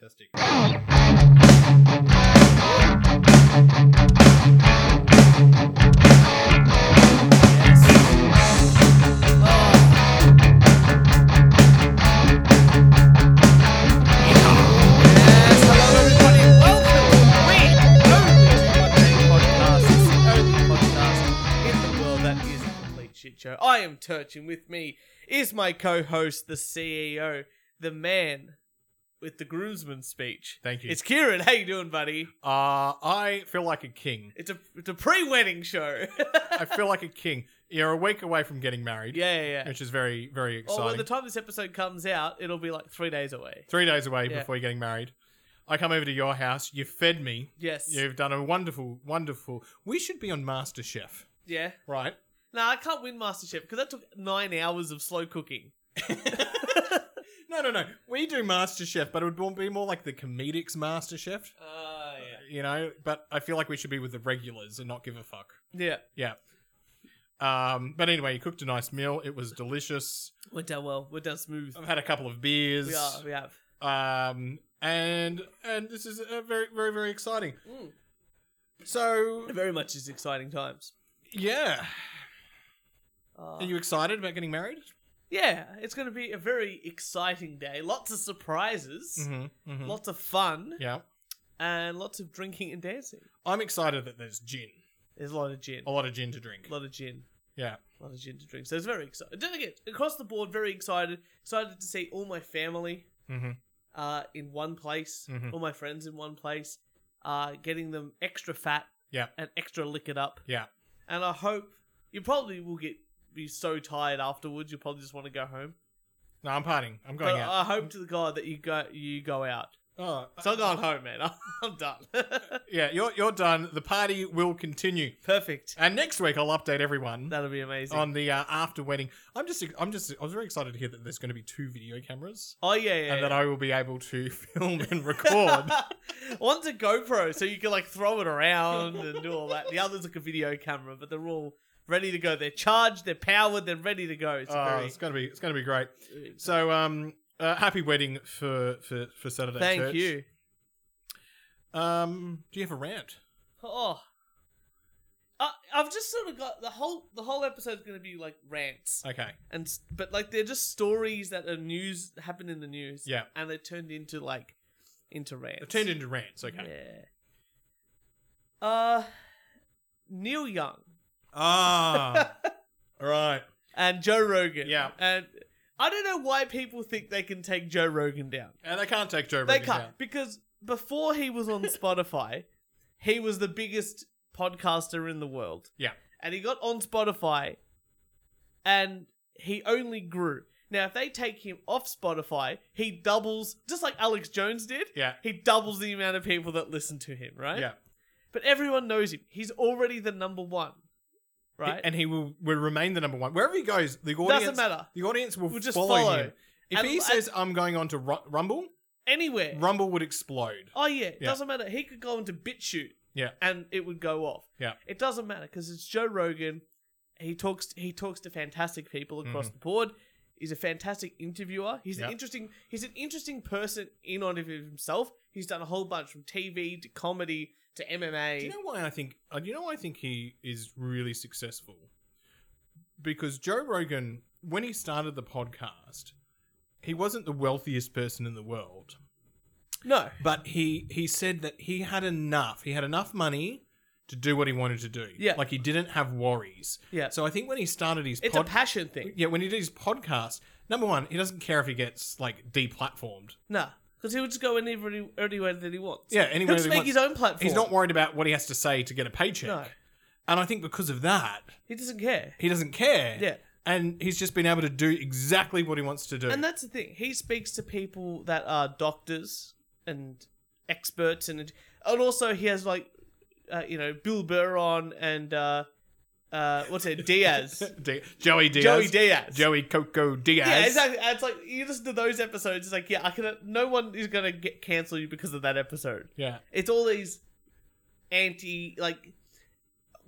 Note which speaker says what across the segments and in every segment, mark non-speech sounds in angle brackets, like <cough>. Speaker 1: Testing.
Speaker 2: Yes, hello everybody. Welcome to Win Only to One Day Podcast. It's the only podcast in the world that is a complete shit show. I am Turch, and with me is my co-host, the CEO, the man with the groomsman speech.
Speaker 1: Thank you.
Speaker 2: It's Kieran. How you doing, buddy?
Speaker 1: Uh, I feel like a king.
Speaker 2: It's a it's a pre-wedding show. <laughs>
Speaker 1: I feel like a king. You're a week away from getting married,
Speaker 2: yeah, yeah, yeah.
Speaker 1: which is very, very exciting.
Speaker 2: Well, by the time this episode comes out, it'll be like three days away.
Speaker 1: Three days away
Speaker 2: Yeah.
Speaker 1: before you're getting married. I come over to your house. You fed me.
Speaker 2: Yes.
Speaker 1: You've done a wonderful, wonderful. We should be on MasterChef,
Speaker 2: Yeah. <laughs>
Speaker 1: right?
Speaker 2: No, I can't win MasterChef because that took nine hours of slow cooking.
Speaker 1: No, no, no. We do MasterChef, but it would be more like the comedics MasterChef,
Speaker 2: Ah,
Speaker 1: you know. But I feel like we should be with the regulars and not give a fuck.
Speaker 2: yeah. Yeah.
Speaker 1: Yeah. Um, but anyway, you cooked a nice meal. It was delicious.
Speaker 2: Went down well. Went down smooth.
Speaker 1: I've had a couple of beers.
Speaker 2: Oh. We are. We have.
Speaker 1: Um, and and this is uh very very very exciting.
Speaker 2: Mm.
Speaker 1: So
Speaker 2: Very much is exciting times.
Speaker 1: yeah,
Speaker 2: Uh,
Speaker 1: are you excited about getting married?
Speaker 2: yeah, it's going to be a very exciting day. Lots of surprises.
Speaker 1: Mm-hmm.
Speaker 2: Lots of fun
Speaker 1: Yeah,
Speaker 2: and lots of drinking and dancing.
Speaker 1: I'm excited that there's gin,
Speaker 2: There's a lot of gin,
Speaker 1: a lot of gin to drink.
Speaker 2: a lot of gin,
Speaker 1: Oh. Yeah,
Speaker 2: a lot of gin to drink. So it's very exciting. Don't forget, across the board, very excited. Excited to see all my family
Speaker 1: mm-hmm.
Speaker 2: uh, in one place,
Speaker 1: Mhm.
Speaker 2: all my friends in one place, uh, getting them extra fat
Speaker 1: Yeah.
Speaker 2: and extra liquored up.
Speaker 1: yeah.
Speaker 2: And I hope you probably will get be so tired afterwards. You probably just want to go home.
Speaker 1: No, I'm partying. I'm going
Speaker 2: But
Speaker 1: out.
Speaker 2: I hope to God that you go you go out.
Speaker 1: oh,
Speaker 2: So I'm going home, man. <laughs> I'm, done.
Speaker 1: yeah. You're you're done. The party will continue.
Speaker 2: Perfect.
Speaker 1: <laughs> And next week, I'll update everyone
Speaker 2: That'll be amazing.
Speaker 1: on the uh, after wedding. I'm just I'm just I was very excited to hear that there's going to be two video cameras.
Speaker 2: oh yeah, yeah.
Speaker 1: and
Speaker 2: yeah.
Speaker 1: that I will be able to <laughs> film
Speaker 2: <laughs>
Speaker 1: and record.
Speaker 2: One's a GoPro, so you can like throw it around and do all that. The other's like a video camera, but they're all ready to go. They're charged, they're powered, they're ready to go. It's
Speaker 1: Oh,
Speaker 2: very
Speaker 1: it's gonna be it's gonna be great. So um, uh, happy wedding for for for Saturday.
Speaker 2: Thank
Speaker 1: Church.
Speaker 2: you.
Speaker 1: Um, do you have a rant?
Speaker 2: Oh. I, I've just sort of got the whole the whole episode's going to be like rants.
Speaker 1: Okay.
Speaker 2: and s- but like they're just stories that are news happen in the news.
Speaker 1: Yeah.
Speaker 2: and they're turned into like into rants.
Speaker 1: They've turned into rants. Okay.
Speaker 2: Yeah. Uh, Neil Young <laughs>
Speaker 1: Ah. All right.
Speaker 2: and Joe Rogan.
Speaker 1: Yeah.
Speaker 2: and I don't know why people think they can take Joe Rogan down.
Speaker 1: And they can't take Joe
Speaker 2: They
Speaker 1: Rogan
Speaker 2: can't
Speaker 1: down.
Speaker 2: because before he
Speaker 1: <laughs>
Speaker 2: was on Spotify, he was the biggest podcaster in the world.
Speaker 1: Yeah.
Speaker 2: and he got on Spotify, and he only grew. Now, if they take him off Spotify, he doubles, just like Alex Jones did.
Speaker 1: Yeah.
Speaker 2: He doubles the amount of people that listen to him, right?
Speaker 1: Yeah.
Speaker 2: But everyone knows him. He's already the number one, right?
Speaker 1: And he will will remain the number one wherever he goes. The audience
Speaker 2: Doesn't matter.
Speaker 1: The audience will,
Speaker 2: Will just
Speaker 1: follow,
Speaker 2: follow.
Speaker 1: him. If
Speaker 2: And-
Speaker 1: he
Speaker 2: and-
Speaker 1: says I'm going on to Ru- Rumble,
Speaker 2: Anywhere.
Speaker 1: Rumble would explode.
Speaker 2: Oh yeah, it
Speaker 1: Yeah.
Speaker 2: doesn't matter. He could go into BitChute.
Speaker 1: Yeah.
Speaker 2: And it would go off.
Speaker 1: Yeah.
Speaker 2: It doesn't matter because it's Joe Rogan. He talks he talks to fantastic people across the board. He's a fantastic interviewer. He's
Speaker 1: Mm-hmm. Yeah.
Speaker 2: an interesting he's an interesting person in and of himself. He's done a whole bunch from TV to comedy to MMA.
Speaker 1: Do you know why I think? uh, Do you know why I think he is really successful? Because Joe Rogan, when he started the podcast, he wasn't the wealthiest person in the world,
Speaker 2: no.
Speaker 1: but he he said that he had enough. He had enough money to do what he wanted to do.
Speaker 2: Yeah.
Speaker 1: like he didn't have worries.
Speaker 2: Yeah.
Speaker 1: So I think when he started his
Speaker 2: It's
Speaker 1: pod-
Speaker 2: a passion thing.
Speaker 1: yeah, when he did his podcast, number one, he doesn't care if he gets like deplatformed.
Speaker 2: Nah. Because he would just go anywhere, he- anywhere that he wants.
Speaker 1: Yeah,
Speaker 2: He'll
Speaker 1: anywhere
Speaker 2: just
Speaker 1: that he
Speaker 2: make
Speaker 1: wants.
Speaker 2: his own platform.
Speaker 1: He's not worried about what he has to say to get a paycheck.
Speaker 2: No.
Speaker 1: And I think because of that,
Speaker 2: He doesn't care.
Speaker 1: he doesn't care.
Speaker 2: Yeah.
Speaker 1: And he's just been able to do exactly what he wants to do.
Speaker 2: And that's the thing. He speaks to people that are doctors and experts, and and also he has like, uh, you know, Bill Burr on and uh, uh, what's
Speaker 1: <laughs>
Speaker 2: it, Diaz,
Speaker 1: D- Joey Diaz.
Speaker 2: Joey Diaz.
Speaker 1: Joey Coco Diaz.
Speaker 2: yeah, exactly. And It's like you listen to those episodes. It's like, yeah, I can. No one is gonna get cancel you because of that episode.
Speaker 1: Yeah.
Speaker 2: It's all these anti, like,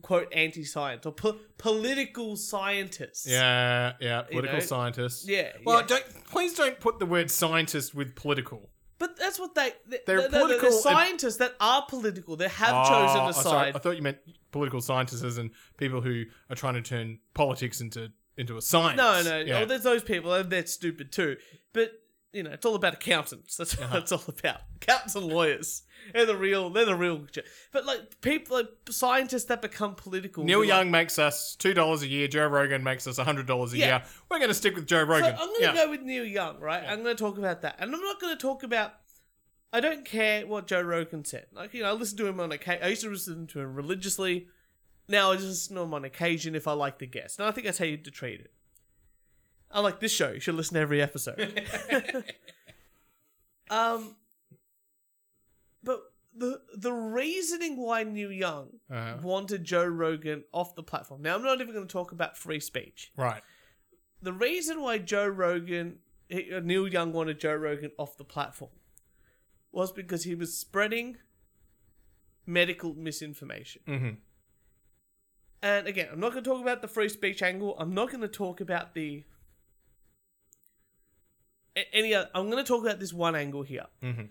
Speaker 2: quote anti science or po- political scientists.
Speaker 1: Yeah, yeah. Political
Speaker 2: know?
Speaker 1: scientist.
Speaker 2: yeah.
Speaker 1: Well,
Speaker 2: yeah.
Speaker 1: don't, please don't put the word scientist with political.
Speaker 2: But that's what they. they
Speaker 1: They're
Speaker 2: they're, they're, they're
Speaker 1: political and-
Speaker 2: scientists that are political. They have chosen
Speaker 1: Ah,
Speaker 2: a
Speaker 1: oh,
Speaker 2: side.
Speaker 1: sorry, I thought you meant political scientists as in people who are trying to turn politics into into a science.
Speaker 2: No, no.
Speaker 1: Yeah.
Speaker 2: Oh, there's those people, and they're stupid too. But you know, it's all about accountants. That's
Speaker 1: Uh-huh.
Speaker 2: what it's all about. Accountants and lawyers. They're the real. They're the real. j- But like people, like scientists that become political.
Speaker 1: Neil
Speaker 2: you're like,
Speaker 1: Young makes us two dollars a year. Joe Rogan makes us hundred dollars a
Speaker 2: Yeah.
Speaker 1: year. We're going to stick with Joe
Speaker 2: So
Speaker 1: Rogan.
Speaker 2: I'm going to
Speaker 1: yeah.
Speaker 2: go with Neil Young, right? I'm going to talk about that, and I'm not going to talk about. I don't care what Joe Rogan said. Like you know, I listen to him on occasion. I used to listen to him religiously. Now I just listen to him on occasion if I like the guest, and I think that's how you to treat it. I like this show. You should listen to every
Speaker 1: <laughs>
Speaker 2: episode. um, but the the reasoning why Neil Young
Speaker 1: Uh-huh.
Speaker 2: wanted Joe Rogan off the platform. Now I'm not even going to talk about free speech
Speaker 1: Right.
Speaker 2: the reason why Joe Rogan, he- uh, Neil Young wanted Joe Rogan off the platform was because he was spreading medical misinformation.
Speaker 1: hmm
Speaker 2: And again, I'm not going to talk about the free speech angle. I'm not going to talk about the. a- Any other, I'm going to talk about this one angle here.
Speaker 1: hmm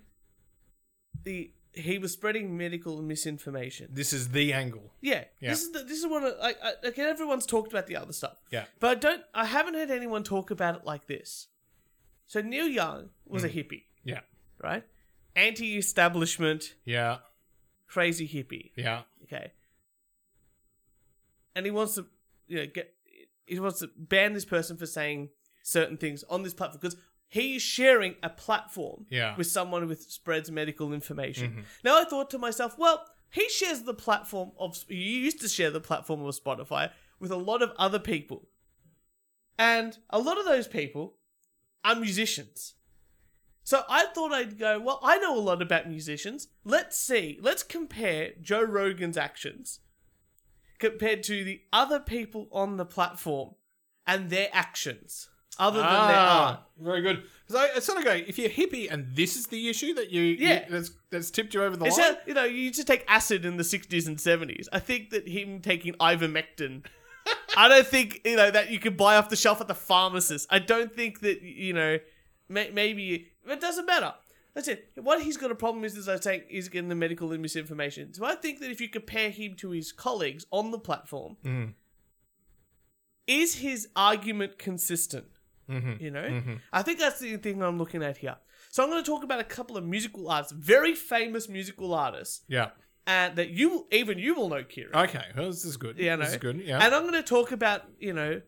Speaker 2: The he was spreading medical misinformation.
Speaker 1: This is the angle.
Speaker 2: Yeah,
Speaker 1: Yeah.
Speaker 2: this is the, this is one of like I, like everyone's talked about the other stuff.
Speaker 1: Yeah.
Speaker 2: But I don't I haven't heard anyone talk about it like this. So Neil Young was a hippie,
Speaker 1: Yeah.
Speaker 2: right? Anti establishment,
Speaker 1: Yeah.
Speaker 2: crazy hippie.
Speaker 1: Yeah.
Speaker 2: Okay. And he wants to you know get he wants to ban this person for saying certain things on this platform because he's sharing a platform
Speaker 1: Yeah.
Speaker 2: with someone who spreads medical information. Now I thought to myself, well, he shares the platform of you used to share the platform of Spotify with a lot of other people. And a lot of those people are musicians. So I thought I'd go, well, I know a lot about musicians. Let's see. Let's compare Joe Rogan's actions compared to the other people on the platform and their actions other than their art.
Speaker 1: Ah, very good. Because I, I sort of go, if you're hippie and this is the issue that you, you-
Speaker 2: Yeah.
Speaker 1: that's that's tipped you over the
Speaker 2: It's
Speaker 1: line.
Speaker 2: how, you know, you used to take acid in the 60s and 70s. I think that him taking ivermectin, I don't think, you know, that you could buy off the shelf at the pharmacist. I don't think that, you know, may, maybe it doesn't matter. That's it. What he's got a problem is, as I say, is getting the medical and misinformation. So I think that if you compare him to his colleagues on the platform,
Speaker 1: Mhm.
Speaker 2: is his argument consistent?
Speaker 1: Mhm.
Speaker 2: You know, I think that's the thing I'm looking at here. So I'm going to talk about a couple of musical artists, very famous musical artists,
Speaker 1: Yeah.
Speaker 2: and that you even you will know, Kieran.
Speaker 1: Okay. Well, this is good.
Speaker 2: Yeah, I
Speaker 1: Oh, this
Speaker 2: know.
Speaker 1: is good. Yeah.
Speaker 2: And I'm going to talk about you know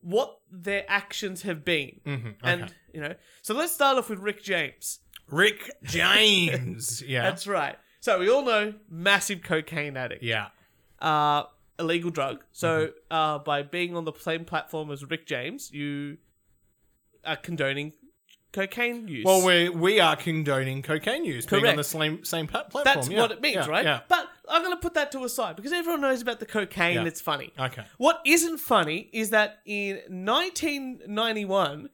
Speaker 2: what their actions have been,
Speaker 1: Mhm, okay.
Speaker 2: and you know. So let's start off with Rick James.
Speaker 1: Rick James. <laughs> yeah.
Speaker 2: That's right. So we all know massive cocaine addict,
Speaker 1: yeah. Mm-hmm.
Speaker 2: uh, illegal drug. So uh, by being on the same platform as Rick James, you are condoning cocaine use.
Speaker 1: Well, we we are condoning cocaine use being on
Speaker 2: Correct.
Speaker 1: the same same pla- platform.
Speaker 2: That's
Speaker 1: yeah.
Speaker 2: what it means,
Speaker 1: Yeah,
Speaker 2: right?
Speaker 1: Yeah.
Speaker 2: But I'm going to put that to a side because everyone knows about the cocaine.
Speaker 1: Yeah.
Speaker 2: It's funny.
Speaker 1: Okay.
Speaker 2: What isn't funny is that in 1991,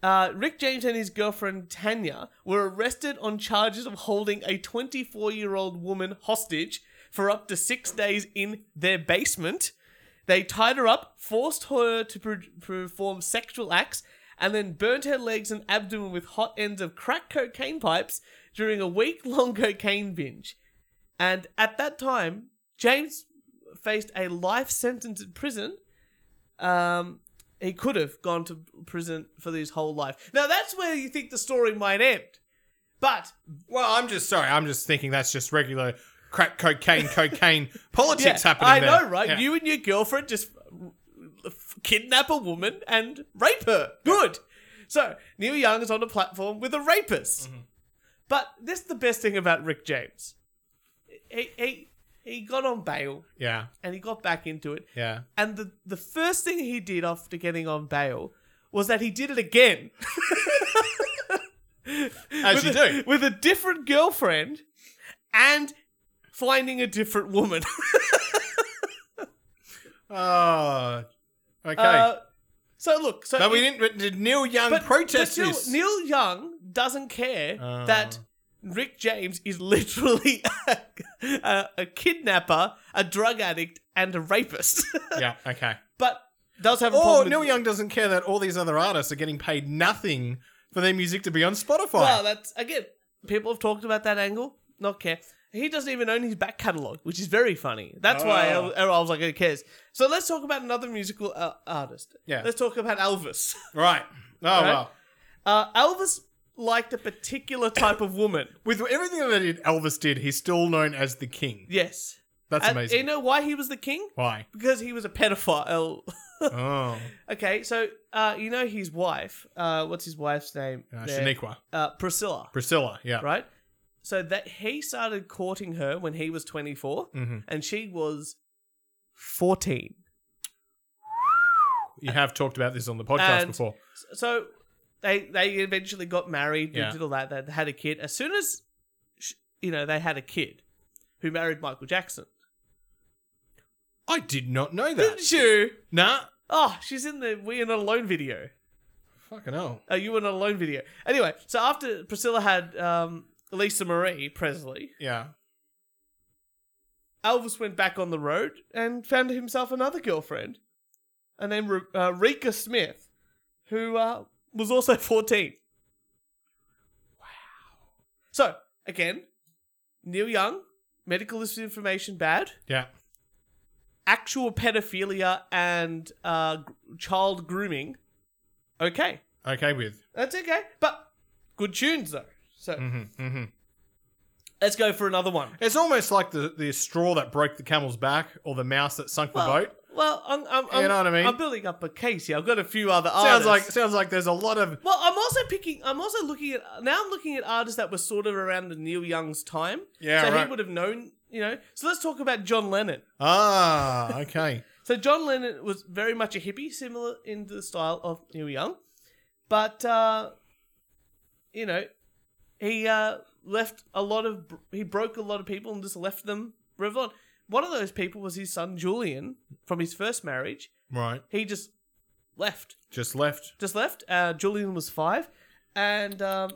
Speaker 2: uh, Rick James and his girlfriend Tanya were arrested on charges of holding a 24 year old woman hostage for up to six days in their basement. They tied her up, forced her to per- perform sexual acts, and then burnt her legs and abdomen with hot ends of crack cocaine pipes during a week long <laughs> cocaine binge. And at that time, James faced a life sentence in prison. Um, he could have gone to prison for his whole life. Now that's where you think the story might end. But
Speaker 1: Well, I'm just sorry. I'm just thinking that's just regular crack cocaine <laughs> cocaine politics
Speaker 2: yeah,
Speaker 1: happening.
Speaker 2: I
Speaker 1: there.
Speaker 2: know, right?
Speaker 1: Yeah.
Speaker 2: You and your girlfriend just f- kidnap a woman and rape her. Good. So Neil Young is on a platform with a rapist.
Speaker 1: Mm-hmm.
Speaker 2: But this is the best thing about Rick James. He he he got on bail
Speaker 1: Yeah.
Speaker 2: and he got back into it.
Speaker 1: <laughs> Yeah.
Speaker 2: And the, the first thing he did after getting on bail was that he did it again.
Speaker 1: As you
Speaker 2: with
Speaker 1: do.
Speaker 2: a, <laughs> With a different girlfriend and finding a
Speaker 1: <laughs>
Speaker 2: different woman.
Speaker 1: <laughs> Oh. Okay.
Speaker 2: Uh, so look, so
Speaker 1: no, we
Speaker 2: it-
Speaker 1: didn't. but Did Neil Young protest
Speaker 2: Neil,
Speaker 1: this?
Speaker 2: Neil Young doesn't care
Speaker 1: Oh.
Speaker 2: that Rick James is literally <laughs> a, a, a kidnapper, a drug addict, and a rapist, <laughs>
Speaker 1: yeah. Okay.
Speaker 2: but does have a
Speaker 1: Or
Speaker 2: problem.
Speaker 1: Oh, Neil
Speaker 2: with,
Speaker 1: Young doesn't care that all these other artists are getting paid nothing for their music to be on Spotify.
Speaker 2: Well, that's again. People have talked about that angle. Not care. He doesn't even own his back catalogue, which is very funny. That's why
Speaker 1: Oh.
Speaker 2: I, I was like, who cares? So let's talk about another musical uh, artist.
Speaker 1: Yeah.
Speaker 2: Let's talk about Elvis. <laughs>
Speaker 1: Right. Oh
Speaker 2: Right?
Speaker 1: well.
Speaker 2: Uh, Elvis liked a particular type of woman. <coughs>
Speaker 1: With everything that he- Elvis did, he's still known as the king.
Speaker 2: Yes.
Speaker 1: That's
Speaker 2: and
Speaker 1: amazing.
Speaker 2: You know why he was the king?
Speaker 1: Why?
Speaker 2: <laughs> Because he was a pedophile. <laughs>
Speaker 1: Oh,
Speaker 2: okay, so uh, you know his wife. Uh, what's his wife's name?
Speaker 1: uh,
Speaker 2: there?
Speaker 1: Shaniqua,
Speaker 2: Uh, Priscilla.
Speaker 1: Priscilla. Yeah.
Speaker 2: right? So that he started courting her when he was 24
Speaker 1: hmm
Speaker 2: and she was 14.
Speaker 1: You have talked about this on the podcast
Speaker 2: And-
Speaker 1: before.
Speaker 2: So they they eventually got married,
Speaker 1: Yeah.
Speaker 2: and did all that, they had a kid. As soon as sh you know, they had a kid who married Michael Jackson.
Speaker 1: I did not know that.
Speaker 2: Didn't you?
Speaker 1: nah.
Speaker 2: Oh, she's in the We're Not Alone video.
Speaker 1: Fucking hell.
Speaker 2: Oh, you were not alone video. Anyway, so after Priscilla had um, Lisa Marie Presley,
Speaker 1: Yeah.
Speaker 2: Elvis went back on the road and found himself another girlfriend, and then Re- uh, Rika Smith, who uh, was also <laughs> 14. Wow. So, again, Neil Young, medical misinformation bad,
Speaker 1: Yeah.
Speaker 2: actual pedophilia and uh, g- child grooming, okay.
Speaker 1: Okay with.
Speaker 2: That's okay. But good tunes, though. So
Speaker 1: hmm hmm
Speaker 2: let's go for another one.
Speaker 1: It's almost like the, the straw that broke the camel's back or the mouse that sunk the
Speaker 2: Well,
Speaker 1: boat.
Speaker 2: well I'm, I'm, I'm,
Speaker 1: know what I mean?
Speaker 2: I'm building up a case here. I've got a few other
Speaker 1: Sounds
Speaker 2: artists.
Speaker 1: like sounds like there's a lot of
Speaker 2: Well, I'm also picking. I'm also looking at now. I'm looking at artists that were sort of around the Neil Young's time.
Speaker 1: Yeah,
Speaker 2: So
Speaker 1: right.
Speaker 2: he would have known, you know. So let's talk about John Lennon.
Speaker 1: ah okay
Speaker 2: So John Lennon was very much a hippie, similar in the style of Neil Young, but uh, you know, he uh, left a lot of he broke a lot of people and just left them revolved. One of those people was his son Julian from his first marriage.
Speaker 1: <laughs> right
Speaker 2: He just left,
Speaker 1: just left
Speaker 2: just left. Uh, Julian was five, and um,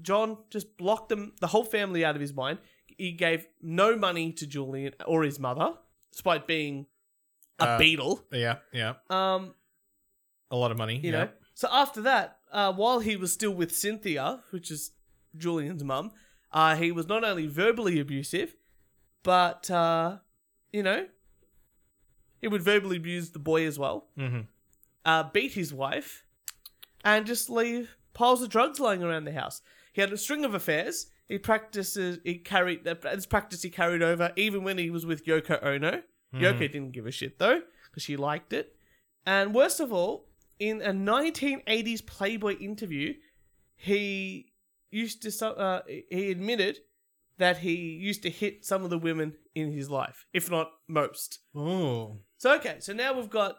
Speaker 2: John just blocked them, the whole family, out of his mind. He gave no money to Julian or his mother, despite being a
Speaker 1: Uh,
Speaker 2: beetle.
Speaker 1: yeah yeah
Speaker 2: Um,
Speaker 1: a lot of money
Speaker 2: you
Speaker 1: yeah
Speaker 2: know. So after that, uh, while he was still with Cynthia, which is Julian's mum, uh, he was not only verbally abusive, but uh, you know, he would verbally abuse the boy as well,
Speaker 1: hmm
Speaker 2: uh, beat his wife, and just leave piles of drugs lying around the house. He had a string of affairs. He practices. He carried that. This practice he carried over even when he was with Yoko Ono. Yoko didn't give a shit though, because she liked it. And worst of all, in a 1980s Playboy interview, he used to so- uh, he admitted that he used to hit some of the women in his life, if not most.
Speaker 1: oh
Speaker 2: So okay, so now we've got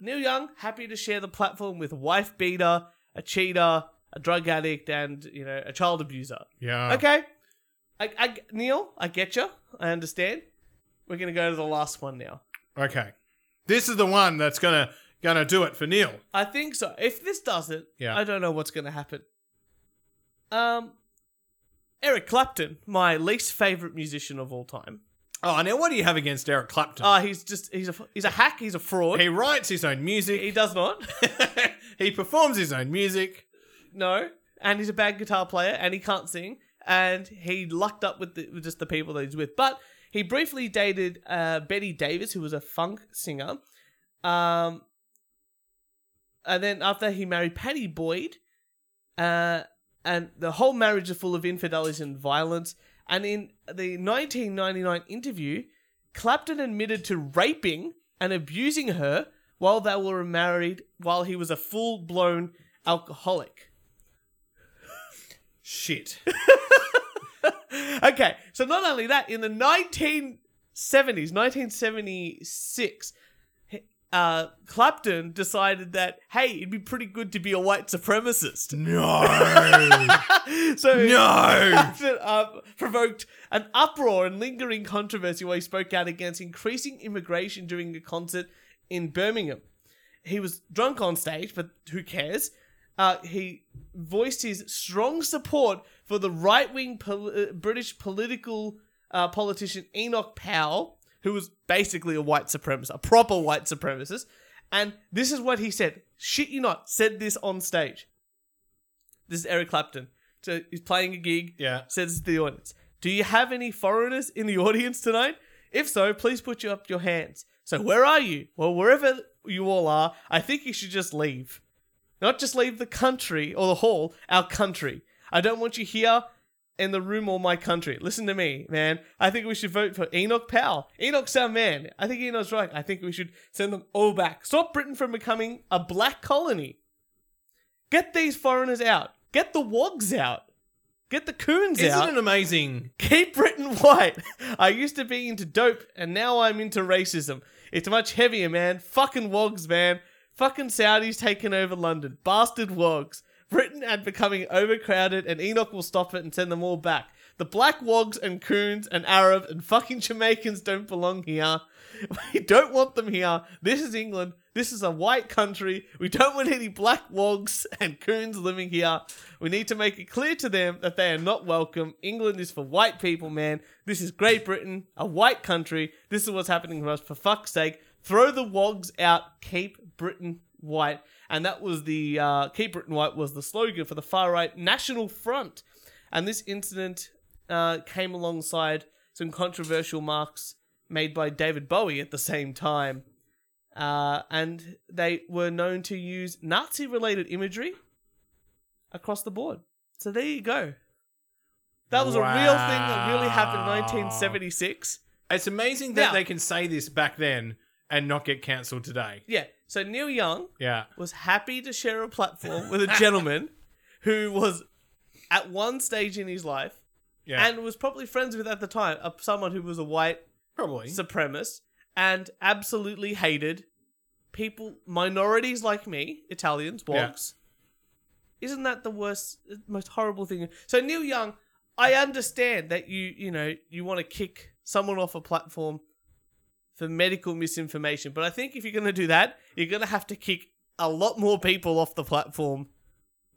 Speaker 2: Neil Young happy to share the platform with a wife beater, a cheater, a drug addict, and you know a child abuser.
Speaker 1: yeah
Speaker 2: Okay, I, I, Neil, I get you. I understand. We're gonna go to the last one now.
Speaker 1: okay this is the one that's gonna gonna do it for Neil
Speaker 2: I think so. If this doesn't,
Speaker 1: Yeah.
Speaker 2: I don't know what's going to happen. Um, Eric Clapton, my least favorite musician of all time.
Speaker 1: oh now what do you have against Eric Clapton
Speaker 2: Ah, he's just he's a he's a hack. He's a fraud.
Speaker 1: he writes his own music <laughs>
Speaker 2: He does not.
Speaker 1: he performs his own music
Speaker 2: no, and he's a bad guitar player, and he can't sing, and he lucked up with, the, with just the people that he's with. But he briefly dated uh, Betty Davis, who was a funk singer. Um, and then after he married Patty Boyd, uh, and the whole marriage is full of infidelities and violence. And in the 1999 interview, Clapton admitted to raping and abusing her while they were married, while he was a full blown alcoholic.
Speaker 1: shit
Speaker 2: <laughs> okay, so not only that, in the 1970s, 1976, he- uh, Clapton decided that, hey, it'd be pretty good to be a white supremacist.
Speaker 1: <laughs>
Speaker 2: <laughs>
Speaker 1: no <laughs>
Speaker 2: so
Speaker 1: no
Speaker 2: <laughs> Clapton uh, provoked an uproar and lingering controversy while he spoke out against increasing immigration during a concert in Birmingham. He was drunk on stage, but who cares? Uh, he voiced his strong support for the right wing pol- uh, British political uh, politician Enoch Powell, who was basically a white supremacist, a proper white supremacist. And this is what he said. Shit you not, said this on stage. This is Eric Clapton. to he's playing a gig.
Speaker 1: Yeah.
Speaker 2: Says to the audience, "Do you have any foreigners in the audience tonight? If so, please put you up your hands." So where are you? Well, wherever you all are, I think you should just leave. Not just leave the country or the hall, our country. I don't want you here in the room or my country. Listen to me, man. I think we should vote for Enoch Powell. Enoch's our man. I think Enoch's right. I think we should send them all back. Stop Britain from becoming a black colony. Get these foreigners out. Get the wogs out. Get the coons out.
Speaker 1: Isn't it amazing?
Speaker 2: Keep Britain white. <laughs> I used to be into dope, and now I'm into racism. It's much heavier, man. Fucking wogs, man. Fucking Saudis taking over London. Bastard wogs. Britain and becoming overcrowded, and Enoch will stop it and send them all back. The black wogs and coons and Arab and fucking Jamaicans don't belong here. <laughs> We don't want them here. This is England. This is a white country. We don't want any black wogs and coons living here. We need to make it clear to them that they are not welcome. England is for white people, man. This is Great Britain, a white country. This is what's happening to us. For fuck's sake, throw the wogs out. Keep Britain white. And that was the uh, Keep Britain White was the slogan for the far right National Front. And this incident uh, came alongside some controversial marks made by David Bowie at the same time. Uh, and they were known to use Nazi related imagery across the board. So there you go. That was a real thing that really happened in
Speaker 1: Wow.
Speaker 2: 1976.
Speaker 1: It's amazing that
Speaker 2: Now-
Speaker 1: they can say this back then and not get cancelled today.
Speaker 2: Yeah. So Neil Young
Speaker 1: Yeah.
Speaker 2: was happy to share a platform with a
Speaker 1: <laughs>
Speaker 2: gentleman who was at one stage in his life
Speaker 1: Yeah.
Speaker 2: and was probably friends with at the time uh, someone who was a white
Speaker 1: probably.
Speaker 2: supremacist and absolutely hated people minorities like me italians blacks isn't that the worst most horrible thing so neil young i understand that you you know you want to kick someone off a platform for medical misinformation but i think if you're going to do that you're going to have to kick a lot more people off the platform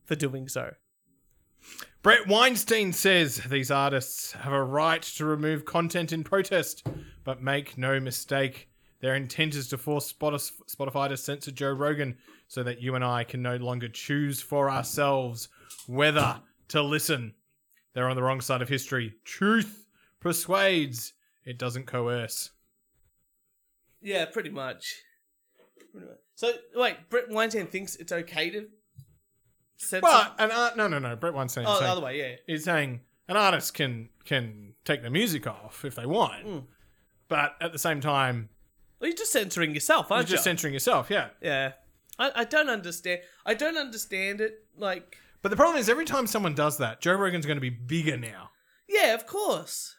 Speaker 2: for doing so
Speaker 1: Brett Weinstein says these artists have a right to remove content in protest, but make no mistake, their intent is to force Spotis- Spotify to censor Joe Rogan so that you and I can no longer choose for ourselves whether to listen. They're on the wrong side of history. Truth persuades, it doesn't coerce.
Speaker 2: Yeah, pretty much. Pretty much. So, wait, Brett Weinstein thinks it's okay to. Censor-
Speaker 1: But an art, no, no, no. Brett Weinstein
Speaker 2: oh,
Speaker 1: is
Speaker 2: the
Speaker 1: saying,
Speaker 2: other way, yeah.
Speaker 1: is saying an artist can can take their music off if they want,
Speaker 2: Mm.
Speaker 1: but at the same time,
Speaker 2: Well, you're just censoring yourself,
Speaker 1: you're
Speaker 2: aren't you?
Speaker 1: just censoring yourself. Yeah.
Speaker 2: yeah. I, I don't understand. I don't understand it. Like,
Speaker 1: But the problem is, every time someone does that, Joe Rogan's going to be bigger now.
Speaker 2: yeah, of course.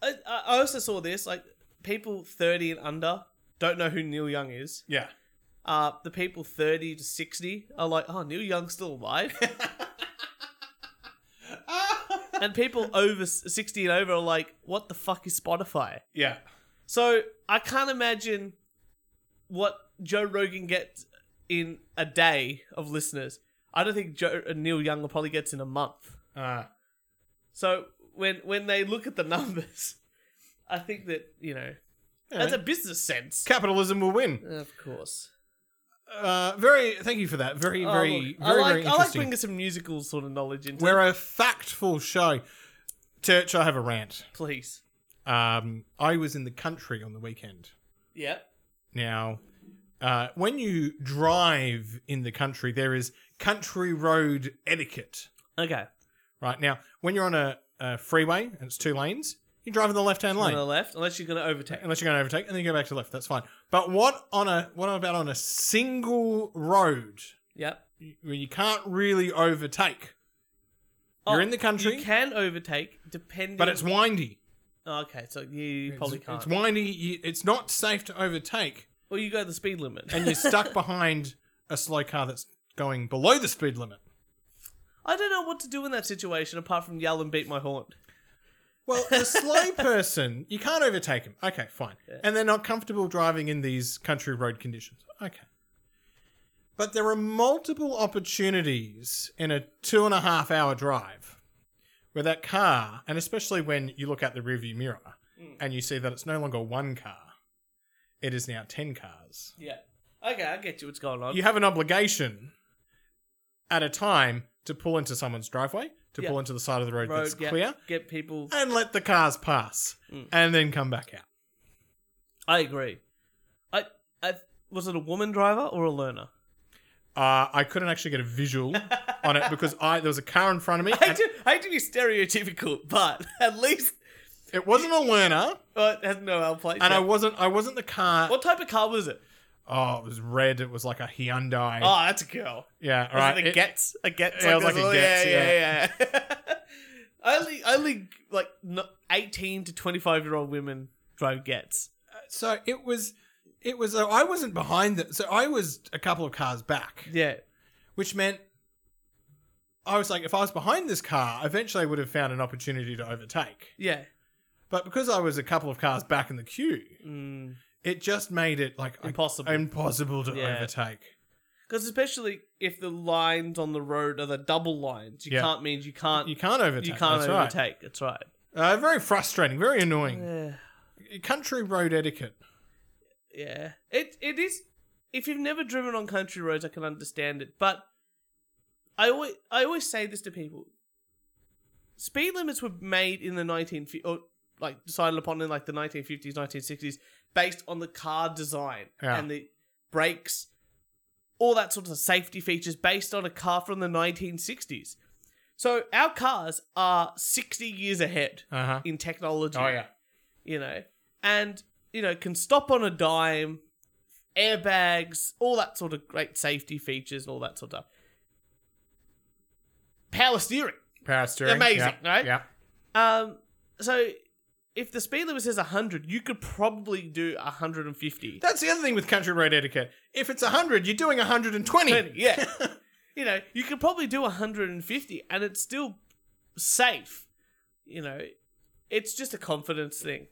Speaker 2: I, I I also saw this. Like, people 30 and under don't know who Neil Young is.
Speaker 1: Yeah.
Speaker 2: Uh, the people 30 to 60 are like, oh, Neil Young's still
Speaker 1: <laughs>
Speaker 2: alive. and people over 60 and over are like, what the fuck is Spotify?
Speaker 1: yeah.
Speaker 2: So I can't imagine what Joe Rogan gets in a day of listeners. I don't think Joe uh, Neil Young will probably gets in a month.
Speaker 1: Uh,
Speaker 2: So when when they look at the <laughs> numbers, I think that you know as a business sense,
Speaker 1: capitalism will win.
Speaker 2: of course.
Speaker 1: Uh, very. Thank you for that. Very,
Speaker 2: Oh,
Speaker 1: very,
Speaker 2: look,
Speaker 1: very,
Speaker 2: I like
Speaker 1: very
Speaker 2: I like
Speaker 1: interesting.
Speaker 2: bringing some musical sort of knowledge into.
Speaker 1: We're a factful show. Church, I have a rant.
Speaker 2: it, please,
Speaker 1: Um, I was in the country on the weekend.
Speaker 2: yeah,
Speaker 1: Now, uh, when you drive in the country, there is country road etiquette.
Speaker 2: okay.
Speaker 1: Right now, when you're on a, a freeway and it's two lanes, you drive in the left-hand
Speaker 2: On
Speaker 1: lane
Speaker 2: the left, unless you're going to overtake.
Speaker 1: unless you're going to overtake, and then you go back to the left. That's fine. But what on a what about on a single road
Speaker 2: Yep.
Speaker 1: where you can't really overtake? You're
Speaker 2: Oh,
Speaker 1: in the country,
Speaker 2: You can overtake depending.
Speaker 1: but it's windy.
Speaker 2: oh, okay, so you probably
Speaker 1: it's,
Speaker 2: can't.
Speaker 1: it's windy. You, it's not safe to overtake,
Speaker 2: Well, you go the speed limit.
Speaker 1: and you're stuck <laughs> behind a slow car that's going below the speed limit.
Speaker 2: I don't know what to do in that situation apart from yell and beat my horn.
Speaker 1: Well, the slow person, you can't overtake them. Okay, fine. And they're not comfortable driving in these country road conditions. Okay. But there are multiple opportunities in a two and a half hour drive where that car, and especially when you look out the rearview mirror
Speaker 2: Hmm.
Speaker 1: and you see that it's no longer one car, it is now 10 cars.
Speaker 2: Yeah. Okay, I get you. What's going on?
Speaker 1: You have an obligation at a time to pull into someone's driveway, to
Speaker 2: Yeah.
Speaker 1: pull into the side of the road,
Speaker 2: road
Speaker 1: that's
Speaker 2: get,
Speaker 1: clear,
Speaker 2: get people.
Speaker 1: and let the cars pass,
Speaker 2: Mm.
Speaker 1: and then come back out.
Speaker 2: I agree. I, I was it a woman driver or a learner?
Speaker 1: Uh, I couldn't actually get a visual on it because I there was a car in front of me.
Speaker 2: <laughs> <laughs> I
Speaker 1: and
Speaker 2: hate, to, I hate to be stereotypical, but <laughs> at least
Speaker 1: It wasn't a learner,
Speaker 2: uh, it has no L plate.
Speaker 1: and I wasn't I wasn't the car.
Speaker 2: what type of car was it?
Speaker 1: Oh, it was red. It was like a Hyundai.
Speaker 2: Oh, that's a girl.
Speaker 1: yeah,
Speaker 2: Was
Speaker 1: right.
Speaker 2: it a Getz? A Getz?
Speaker 1: yeah, it was like
Speaker 2: this
Speaker 1: a
Speaker 2: little-
Speaker 1: Getz,
Speaker 2: yeah, yeah, <laughs> yeah. only, only like no, eighteen to twenty-five year old women drive Getz.
Speaker 1: so it was, it was. Uh, I wasn't behind them, so I was a couple of cars back,
Speaker 2: Yeah,
Speaker 1: which meant I was like, if I was behind this car, eventually I would have found an opportunity to overtake.
Speaker 2: yeah.
Speaker 1: But because I was a couple of cars back in the queue,
Speaker 2: Mm.
Speaker 1: it just made it like I-
Speaker 2: Impossible.
Speaker 1: impossible to
Speaker 2: Yeah.
Speaker 1: overtake.
Speaker 2: Because especially if the lines on the road are the double lines, you
Speaker 1: Yeah.
Speaker 2: can't means you can't
Speaker 1: You can't overtake.
Speaker 2: you can't
Speaker 1: that's right.
Speaker 2: overtake. That's right.
Speaker 1: Uh, very frustrating, very annoying.
Speaker 2: Yeah.
Speaker 1: Country road etiquette.
Speaker 2: yeah. It it is. If you've never driven on country roads, I can understand it. But I always I always say this to people: speed limits were made in the nineteen or like decided upon in like the nineteen fifties, nineteen sixties, based on the car design
Speaker 1: Yeah.
Speaker 2: and the brakes, all that sort of safety features, based on a car from the nineteen sixties. So our cars are sixty years ahead
Speaker 1: Uh huh.
Speaker 2: in technology
Speaker 1: Oh yeah.
Speaker 2: you know, and you know can stop on a dime, airbags, all that sort of great safety features and all that sort of stuff. Power steering.
Speaker 1: Power steering.
Speaker 2: Amazing,
Speaker 1: yeah,
Speaker 2: right?
Speaker 1: Yeah.
Speaker 2: Um, so if the speed limit says hundred, you could probably do hundred and fifty.
Speaker 1: That's the other thing with country road etiquette. If it's 100, you're doing 120.
Speaker 2: Yeah, you know, you could probably do hundred and fifty, and it's still safe. You know, it's just a confidence thing.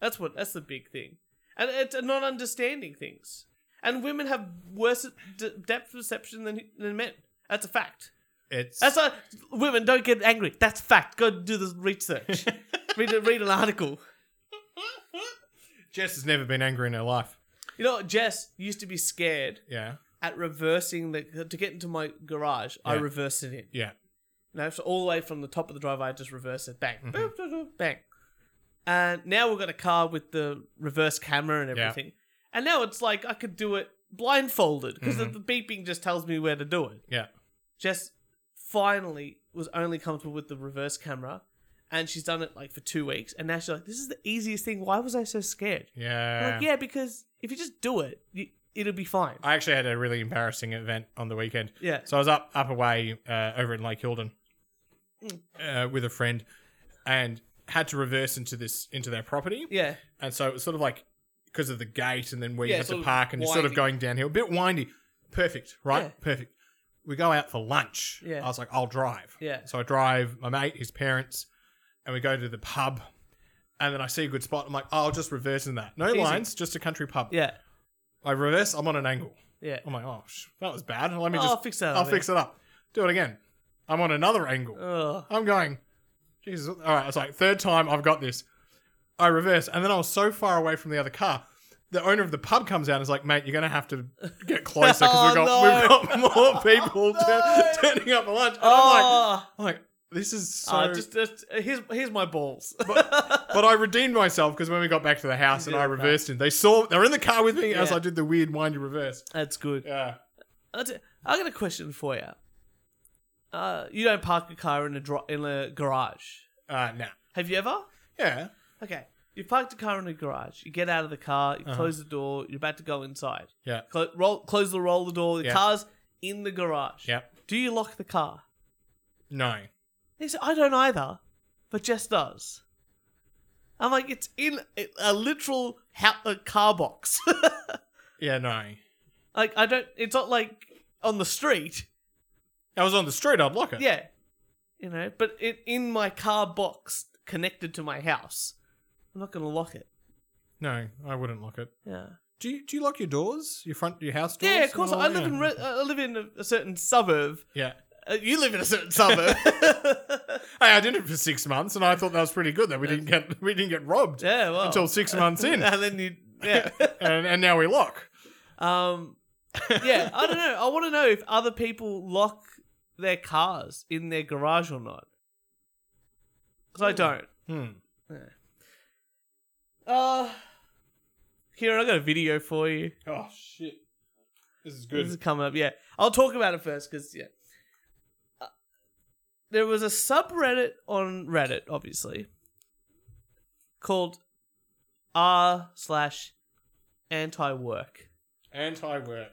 Speaker 2: That's what. That's the big thing, and it's a not understanding things. And women have worse d- depth perception than than men. That's a fact.
Speaker 1: It's
Speaker 2: That's a women don't get angry. That's fact. Go do the research. read a, read an article.
Speaker 1: Jess has never been angry in her life.
Speaker 2: You know, what? Jess used to be scared
Speaker 1: Yeah.
Speaker 2: at reversing the to get into my garage. I
Speaker 1: Yeah.
Speaker 2: reversed it in.
Speaker 1: Yeah.
Speaker 2: You know, so all the way from the top of the driveway, I just reverse it. Bang.
Speaker 1: Mm-hmm.
Speaker 2: Boop, boop, boop, bang. And now we've got a car with the reverse camera and
Speaker 1: Yeah.
Speaker 2: everything. And now it's like I could do it blindfolded because
Speaker 1: Mm-hmm.
Speaker 2: the, the beeping just tells me where to do it.
Speaker 1: Yeah.
Speaker 2: Jess finally was only comfortable with the reverse camera. And she's done it like for two weeks. And now she's like, this is the easiest thing. Why was I so scared? I'm
Speaker 1: Yeah.
Speaker 2: like, yeah, because if you just do it, you, it'll be fine.
Speaker 1: I actually had a really embarrassing event on the weekend.
Speaker 2: yeah.
Speaker 1: So I was up up away uh, over in Lake Hilden uh, with a friend and had to reverse into this into their property.
Speaker 2: Yeah.
Speaker 1: And so it was sort of like because of the gate and then where
Speaker 2: Yeah,
Speaker 1: you have
Speaker 2: sort
Speaker 1: to
Speaker 2: of
Speaker 1: park and you're sort of
Speaker 2: windy.
Speaker 1: going downhill. A bit windy. Perfect, right?
Speaker 2: Yeah.
Speaker 1: Perfect. We go out for lunch.
Speaker 2: Yeah.
Speaker 1: I was like, I'll drive.
Speaker 2: Yeah.
Speaker 1: So I drive my mate, his parents, and we go to the pub. And then I see a good spot. I'm like, "Oh, I'll just reverse in that. No
Speaker 2: Easy.
Speaker 1: lines, just a country pub.
Speaker 2: Yeah.
Speaker 1: I reverse, I'm on an angle.
Speaker 2: Yeah.
Speaker 1: I'm like, oh, sh- that was bad. Let me
Speaker 2: Oh,
Speaker 1: just,
Speaker 2: I'll fix that up, Oh,
Speaker 1: I'll
Speaker 2: yeah.
Speaker 1: fix it up. Do it again. I'm on another angle.
Speaker 2: Ugh.
Speaker 1: I'm going, Jesus. All right. It's like third time I've got this. I reverse, and then I was so far away from the other car. The owner of the pub comes out and is like, "Mate, you're gonna have to get closer because we've,
Speaker 2: <laughs> Oh,
Speaker 1: got we've got more people
Speaker 2: <laughs> no.
Speaker 1: turn- turning up for lunch." And I'm like,
Speaker 2: Oh.
Speaker 1: I'm like, this is so.
Speaker 2: Uh, just, just uh, here's here's my balls.
Speaker 1: <laughs> but I redeemed myself because when we got back to the house
Speaker 2: You
Speaker 1: and
Speaker 2: did
Speaker 1: I
Speaker 2: it right.
Speaker 1: reversed in, they saw they're in the car with me as
Speaker 2: Yeah.
Speaker 1: I did the weird windy reverse.
Speaker 2: <laughs> That's good.
Speaker 1: Yeah.
Speaker 2: That's it. I got a question for you. Uh, you don't park a car in a dro- in a garage.
Speaker 1: Uh, nah.
Speaker 2: Have you ever?
Speaker 1: Yeah.
Speaker 2: Okay, you parked a car in a garage. You get out of the car.
Speaker 1: Uh-huh.
Speaker 2: You close the door. You're about to go inside.
Speaker 1: Yeah.
Speaker 2: Cl- roll, close the roll the door. The
Speaker 1: Yeah.
Speaker 2: car's in the garage.
Speaker 1: Yep.
Speaker 2: Do you lock the car?
Speaker 1: No.
Speaker 2: He said, I don't either, but Jess does. I'm like, it's in a, a literal ha- a car box. <laughs>
Speaker 1: Yeah. No.
Speaker 2: like I don't. It's not like on the street.
Speaker 1: I was on the street. I'd lock it.
Speaker 2: Yeah. You know, but it in my car box connected to my house. I'm not gonna lock it.
Speaker 1: No, I wouldn't lock it.
Speaker 2: Yeah.
Speaker 1: Do you do you lock your doors? Your front your house doors?
Speaker 2: Yeah, of course.
Speaker 1: and all
Speaker 2: I
Speaker 1: that?
Speaker 2: live
Speaker 1: yeah.
Speaker 2: in re- I live in a, a certain suburb.
Speaker 1: <laughs> Yeah.
Speaker 2: Uh, you live in a certain <laughs> suburb.
Speaker 1: <laughs> Hey, I did it for six months, and I thought that was pretty good that we didn't get we didn't get robbed
Speaker 2: yeah. Well.
Speaker 1: until six months in,
Speaker 2: and then you. <laughs>
Speaker 1: <laughs>
Speaker 2: Yeah.
Speaker 1: and, and now we lock.
Speaker 2: um. Yeah. I don't know. I want to know if other people lock their cars in their garage or not. Because I don't.
Speaker 1: Hmm.
Speaker 2: Uh, Kieran, I got a video for you.
Speaker 1: Oh shit. This is
Speaker 2: This is coming up. Yeah, I'll talk about it first because yeah, Uh, there was a subreddit on Reddit, obviously, called r slash anti work,
Speaker 1: Anti work.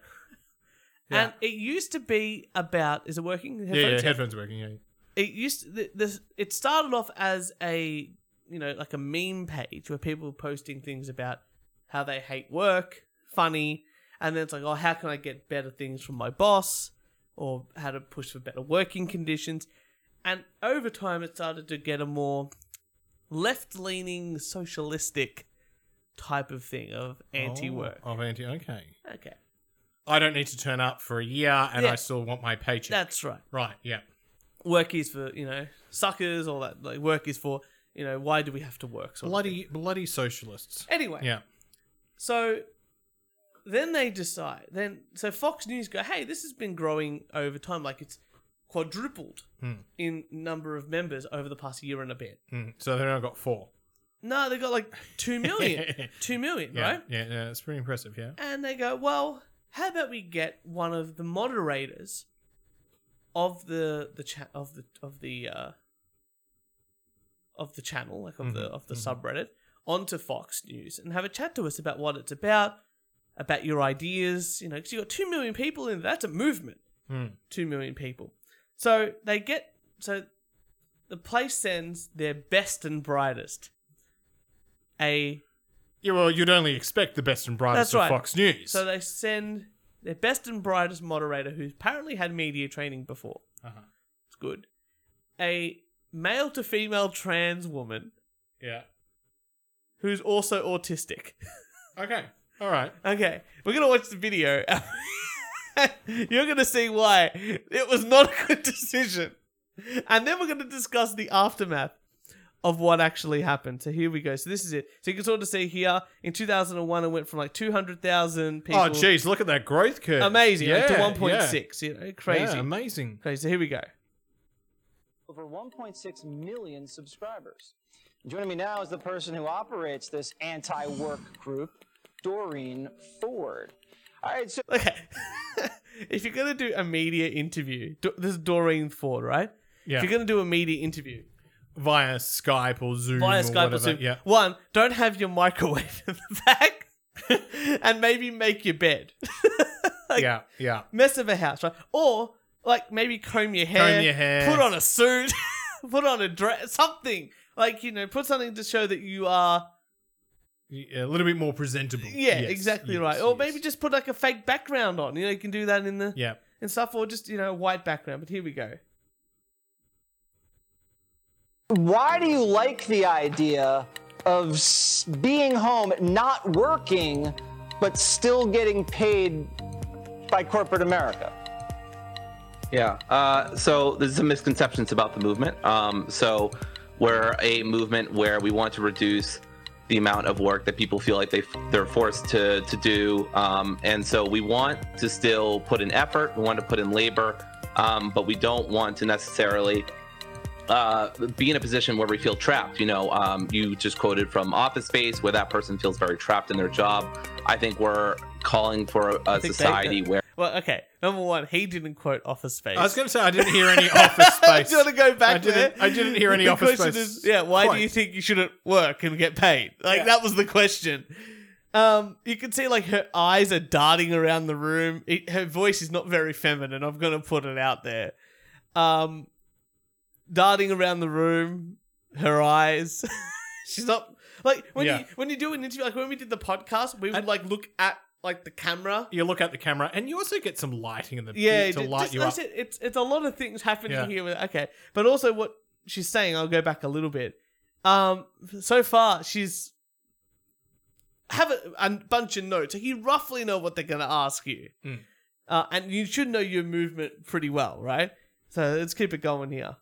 Speaker 2: and it used to be about is it working?
Speaker 1: Yeah, yeah, headphones working. Yeah.
Speaker 2: it used to, th- this it started off as a you know like a meme page where people were posting things about how they hate work funny and then it's like oh how can i get better things from my boss or how to push for better working conditions and over time it started to get a more left-leaning socialistic type of thing of anti-work
Speaker 1: Oh, of anti. Okay.
Speaker 2: okay
Speaker 1: I don't need to turn up for a year, and
Speaker 2: Yeah.
Speaker 1: I still want my paycheck.
Speaker 2: that's right
Speaker 1: right. Yeah.
Speaker 2: work is for you know suckers all that like work is for you know why do we have to work sort of
Speaker 1: Bloody bloody socialists.
Speaker 2: thing. anyway
Speaker 1: Yeah.
Speaker 2: So then they decide. Then so Fox News go, hey, this has been growing over time. Like it's quadrupled
Speaker 1: Hmm.
Speaker 2: in number of members over the past year and a bit.
Speaker 1: Mm. So they've now got four.
Speaker 2: No, they got like two million,
Speaker 1: <laughs>
Speaker 2: two million,
Speaker 1: Yeah.
Speaker 2: right?
Speaker 1: Yeah. Yeah. It's pretty impressive. Yeah.
Speaker 2: And they go, well, how about we get one of the moderators of the the cha- of the of the uh, of the channel, like of the
Speaker 1: Mhm,
Speaker 2: of the subreddit, onto Fox News and have a chat to us about what it's about, about your ideas. You know, because you got two million people in there. That's a movement.
Speaker 1: Hmm.
Speaker 2: Two million people. So they get so the place sends their best and brightest. A
Speaker 1: Yeah. Well, you'd only expect the best and brightest
Speaker 2: That's right.
Speaker 1: of Fox News.
Speaker 2: So they send their best and brightest moderator, who's apparently had media training before.
Speaker 1: Uh-huh.
Speaker 2: It's good. A male to female trans woman
Speaker 1: yeah.
Speaker 2: who's also autistic. <laughs>
Speaker 1: Okay. All right.
Speaker 2: Okay, we're gonna watch the video. <laughs> You're gonna see why it was not a good <laughs> decision, and then we're gonna discuss the aftermath of what actually happened. So here we go. So this is it. So you can sort of see here in 2001, it went from like 200,000 people.
Speaker 1: Oh, geez, look at that growth curve.
Speaker 2: amazing like to
Speaker 1: Yeah,
Speaker 2: 1.6 you know
Speaker 1: yeah. Yeah,
Speaker 2: crazy
Speaker 1: amazing.
Speaker 2: crazy here we go
Speaker 3: over 1.6 million subscribers. Joining me now is the person who operates this anti work group, Doreen Ford. All right, so
Speaker 2: okay <laughs> if you're gonna do a media interview do, this is doreen ford right
Speaker 1: Yeah.
Speaker 2: if you're gonna do a media interview
Speaker 1: Via Skype or Zoom.
Speaker 2: via
Speaker 1: or
Speaker 2: skype
Speaker 1: Mm, whatever.
Speaker 2: or zoom
Speaker 1: Yeah.
Speaker 2: one don't have your microwave <laughs> in the back and maybe make your bed <laughs> like,
Speaker 1: yeah. Yeah.
Speaker 2: mess of a house right or like maybe comb your hair
Speaker 1: your hair.
Speaker 2: put on a suit <laughs> put on a dress something like you know put something to show that you are
Speaker 1: Yeah, a little bit more presentable.
Speaker 2: yeah
Speaker 1: Yes,
Speaker 2: exactly
Speaker 1: yes,
Speaker 2: right or
Speaker 1: yes.
Speaker 2: maybe just put like a fake background on you know you can do that in the
Speaker 1: yeah.
Speaker 2: and stuff, or just you know white background. But here we go.
Speaker 3: why do you like the idea of s- being home, not working, but still getting paid by corporate America?
Speaker 4: Yeah. Uh, so there's some misconceptions about the movement. Um, so we're a movement where we want to reduce the amount of work that people feel like they they're forced to to do, um, and so we want to still put in effort. We want to put in labor, um, but we don't want to necessarily uh, be in a position where we feel trapped. You know, um, you just quoted from Office Space, where that person feels very trapped in their job. I think we're calling for a, a
Speaker 2: think they-
Speaker 4: society where
Speaker 2: Well, okay. Number one, he didn't quote Office Space.
Speaker 1: I was going to say I didn't hear any office space.
Speaker 2: <laughs> do you want to go back
Speaker 1: I didn't-
Speaker 2: there?
Speaker 1: I didn't
Speaker 2: <laughs>
Speaker 1: hear any
Speaker 2: The
Speaker 1: Office
Speaker 2: question
Speaker 1: Space
Speaker 2: Is, yeah. Why do you
Speaker 1: quotes.
Speaker 2: think you shouldn't work and get paid? Like
Speaker 1: Yeah.
Speaker 2: that was the question. Um, you can see like her eyes are darting around the room. It, her voice is not very feminine. I'm gonna put it out there. Um, darting around the room, her eyes. <laughs> She's not like when
Speaker 1: Yeah.
Speaker 2: you when you do an interview, like when we did the podcast, we would
Speaker 1: And-
Speaker 2: like look at like the camera
Speaker 1: you look at the camera, and you also get some lighting in the
Speaker 2: yeah,
Speaker 1: to
Speaker 2: ju-
Speaker 1: light
Speaker 2: just-
Speaker 1: you up.
Speaker 2: that's it. It's it's a lot of things happening
Speaker 1: Yeah.
Speaker 2: here. With, okay, but also what she's saying, I'll go back a little bit. Um, so far she's have a, a bunch of notes. You roughly know what they're going to ask you,
Speaker 1: Mm.
Speaker 2: uh, and you should know your movement pretty well, right? So let's keep it going here.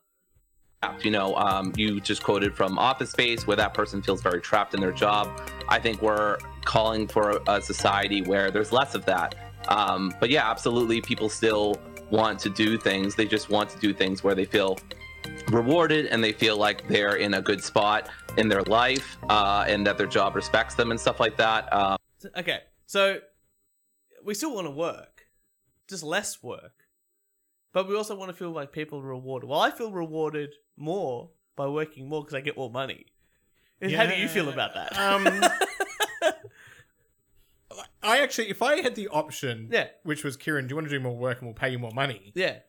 Speaker 4: trapped. You know, um, you just quoted from Office Space, where that person feels very trapped in their job. I think we're calling for a society where there's less of that. Um, but yeah, absolutely, people still want to do things. They just want to do things where they feel rewarded and they feel like they're in a good spot in their life uh, and that their job respects them and stuff like that. Um,
Speaker 2: So- Okay, so we still want to work, just less work, but we also want to feel like people are rewarded. Well, I feel rewarded more by working more because I get more money. And How do you feel
Speaker 1: Yeah,
Speaker 2: about that?
Speaker 1: um, I actually, if I had the option,
Speaker 2: <laughs> Yeah.
Speaker 1: which was Kieran, do you want to do more work and we'll pay you more money?
Speaker 2: yeah.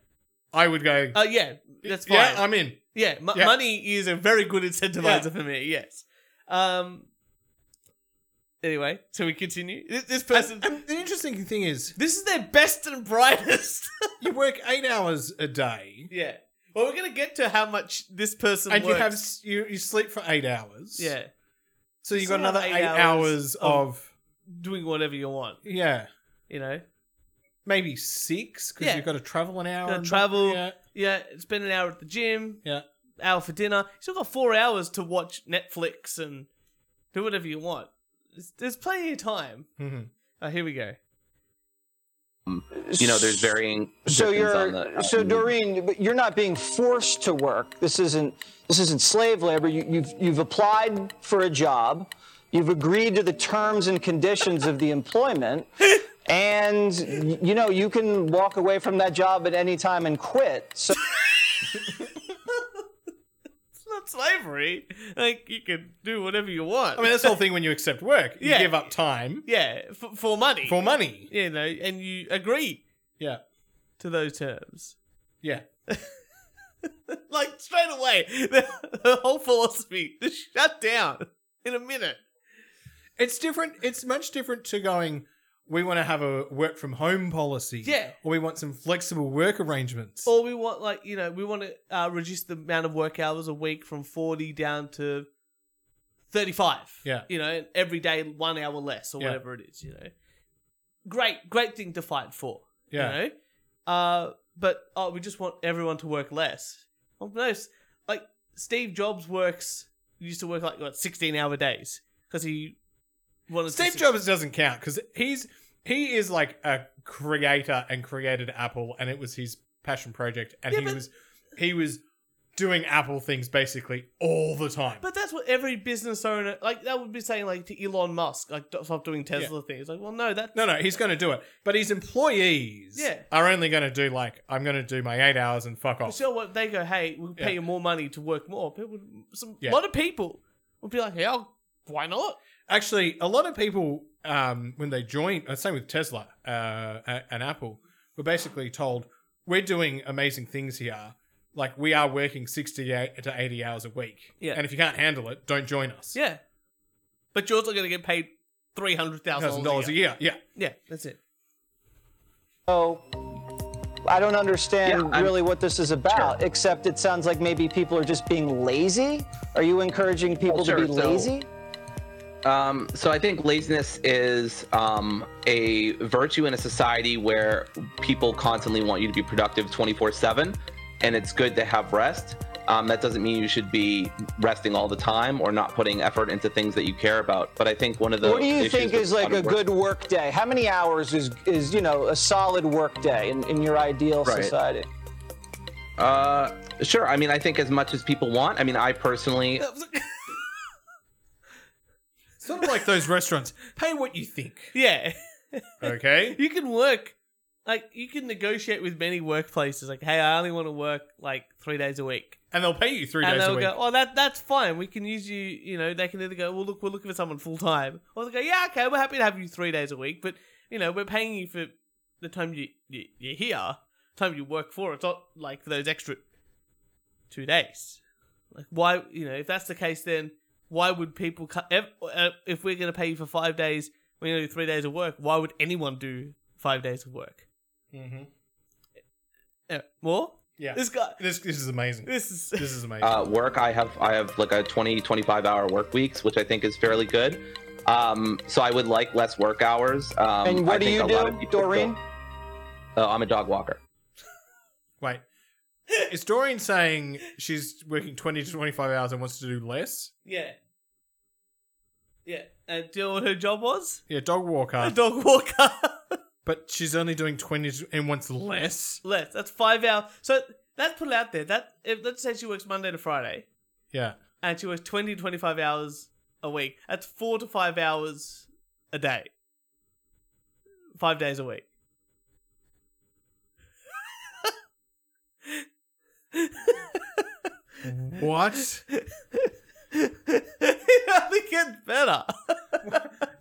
Speaker 1: I would go.
Speaker 2: Oh, yeah. That's fine.
Speaker 1: yeah, I'm in.
Speaker 2: Yeah, m-
Speaker 1: Yeah.
Speaker 2: money is a very good incentivizer
Speaker 1: Yeah.
Speaker 2: for me. Yes. Um. Anyway, so we continue. This,
Speaker 1: Uh,
Speaker 2: this person,
Speaker 1: And the interesting thing is,
Speaker 2: this is their best and brightest. <laughs>
Speaker 1: you work eight hours a day,
Speaker 2: yeah. Well, we're gonna get to how much this person
Speaker 1: and you
Speaker 2: works.
Speaker 1: have s- you, you sleep for eight hours.
Speaker 2: yeah,
Speaker 1: So you
Speaker 2: So
Speaker 1: got another
Speaker 2: eight
Speaker 1: eight, hours,
Speaker 2: hours of-
Speaker 1: of,
Speaker 2: doing whatever you want.
Speaker 1: yeah,
Speaker 2: You know,
Speaker 1: maybe six because
Speaker 2: Yeah.
Speaker 1: you've got to travel an hour.
Speaker 2: Gotta
Speaker 1: and-
Speaker 2: travel.
Speaker 1: Yeah.
Speaker 2: yeah, spend an hour at the gym,
Speaker 1: Yeah.
Speaker 2: hour for dinner. You still got four hours to watch Netflix and do whatever you want. There's, there's plenty of time.
Speaker 1: Mhm.
Speaker 2: Oh, here we go.
Speaker 4: you know, there's varying.
Speaker 3: So
Speaker 4: positions
Speaker 3: you're
Speaker 4: on the- uh,
Speaker 3: so
Speaker 4: on the-
Speaker 3: Doreen, but you're not being forced to work. This isn't this isn't slave labor. You, you've you've applied for a job, you've agreed to the terms and conditions of the
Speaker 4: <laughs>
Speaker 3: employment, and y- you know you can walk away from that job at any time and quit. So
Speaker 2: It's not slavery. Like you can do whatever you want.
Speaker 1: I mean, that's the whole thing when you accept work. You
Speaker 2: Yeah.
Speaker 1: give up time
Speaker 2: <laughs> yeah, for, for money.
Speaker 1: for money.
Speaker 2: you know, and you agree
Speaker 1: Yeah.
Speaker 2: to those terms.
Speaker 1: Yeah.
Speaker 2: Like straight away, <laughs> the, the whole philosophy just shut down in a minute.
Speaker 1: It's different. It's much different to going. We want to have a work from home policy.
Speaker 2: Yeah.
Speaker 1: Or we want some flexible work arrangements.
Speaker 2: Or we want, like, you know, we want to uh, reduce the amount of work hours a week from forty down to thirty-five.
Speaker 1: Yeah.
Speaker 2: you know, every day one hour less or
Speaker 1: Yeah.
Speaker 2: whatever it is. You know, great, great thing to fight for.
Speaker 1: yeah.
Speaker 2: You know? Uh, but oh, we just want everyone to work less. Well, no, s- like Steve Jobs works used to work like what sixteen hour days because he wanted
Speaker 1: Steve
Speaker 2: to,
Speaker 1: Jobs doesn't count because he's he is like a creator and created Apple, and it was his passion project, and
Speaker 2: Yeah,
Speaker 1: he
Speaker 2: but-
Speaker 1: was he was doing Apple things basically all the time.
Speaker 2: But that's what every business owner like that would be saying like to Elon Musk like "Don't stop doing Tesla things. Like, well, no, that
Speaker 1: no, no, he's going to do it. But his employees
Speaker 2: Yeah.
Speaker 1: are only going to do like I'm going to do my eight hours and fuck off.
Speaker 2: So what they go, hey, we'll pay
Speaker 1: Yeah.
Speaker 2: you more money to work more. People, some
Speaker 1: Yeah.
Speaker 2: lot of people would be like, yeah, why not?
Speaker 1: Actually, a lot of people um, when they join, uh, same with Tesla uh, a- and Apple, were basically told we're doing amazing things here. Like we are working sixty eight to eighty hours a week,
Speaker 2: Yeah.
Speaker 1: and if you can't handle it, don't join us.
Speaker 2: Yeah, but you're also going to get paid three hundred thousand
Speaker 1: thousand dollars a year. Yeah,
Speaker 2: Yeah,
Speaker 1: <laughs>
Speaker 2: that's it.
Speaker 3: I don't understand
Speaker 4: Yeah, I'm-
Speaker 3: really what this is about, except it sounds like maybe people are just being lazy. Are you encouraging people
Speaker 4: Well,
Speaker 3: to be
Speaker 4: sure, so-
Speaker 3: lazy?
Speaker 4: Um, so I think laziness is um, a virtue in a society where people constantly want you to be productive 24/7, and it's good to have rest. Um, that doesn't mean you should be resting all the time or not putting effort into things that you care about. But I think one of the
Speaker 3: What do you
Speaker 4: issues
Speaker 3: think
Speaker 4: with
Speaker 3: is
Speaker 4: a lot
Speaker 3: like
Speaker 4: of
Speaker 3: a
Speaker 4: work-
Speaker 3: good work day? How many hours is is you know a solid work day in, in your ideal
Speaker 4: Right.
Speaker 3: society?
Speaker 4: Uh, sure. I mean, I think as much as people want. I mean, I
Speaker 3: Uh,
Speaker 4: personally
Speaker 1: sort of like those
Speaker 2: <laughs>
Speaker 1: restaurants. Pay what you think.
Speaker 2: <laughs> yeah,
Speaker 1: Okay.
Speaker 2: you can work. Like you can negotiate with many workplaces. Like, hey, I only want to work like three days a week,
Speaker 1: And they'll pay you three
Speaker 2: and
Speaker 1: days a
Speaker 2: they'll
Speaker 1: week.
Speaker 2: go, "Oh, that that's fine. We can use you." You know, they can either go, "Well, look, we're looking for someone full time," or they go, "Yeah, okay, we're happy to have you three days a week, but you know, we're paying you for the time you, you you're here, the time you work for. It's not like those extra two days. Like, why? You know, if that's the case, then why would people cut? If, uh, if we're going to pay you for five days, we're going to do three days of work. Why would anyone do five days of work?
Speaker 1: mm-hmm.
Speaker 2: Uh, more?
Speaker 1: Yeah.
Speaker 2: This guy.
Speaker 1: This this is
Speaker 2: <laughs>
Speaker 1: amazing. This,
Speaker 2: This is.
Speaker 1: is amazing.
Speaker 4: uh, work i have i have like a 20 25 hour work weeks which i think is fairly good um, so i would like less work hours um,
Speaker 3: and what
Speaker 4: I
Speaker 3: do
Speaker 4: think
Speaker 3: you
Speaker 4: a lot of
Speaker 3: do,
Speaker 4: people
Speaker 3: Doreen?
Speaker 4: feel- uh, i'm a dog walker
Speaker 1: Wait. Is Doreen saying she's working twenty to twenty five hours and wants to do less?
Speaker 2: Yeah. Yeah. And do you know what her job was?
Speaker 1: Yeah, dog walker.
Speaker 2: A dog walker. <laughs>
Speaker 1: but she's only doing 20 and wants less.
Speaker 2: Less. That's five hours. So that's put it out there. That if, let's say she works Monday to Friday,
Speaker 1: Yeah.
Speaker 2: and she works 20 to 25 hours a week. That's four to five hours a day. Five days a week. <laughs>
Speaker 1: What?
Speaker 2: it only gets better.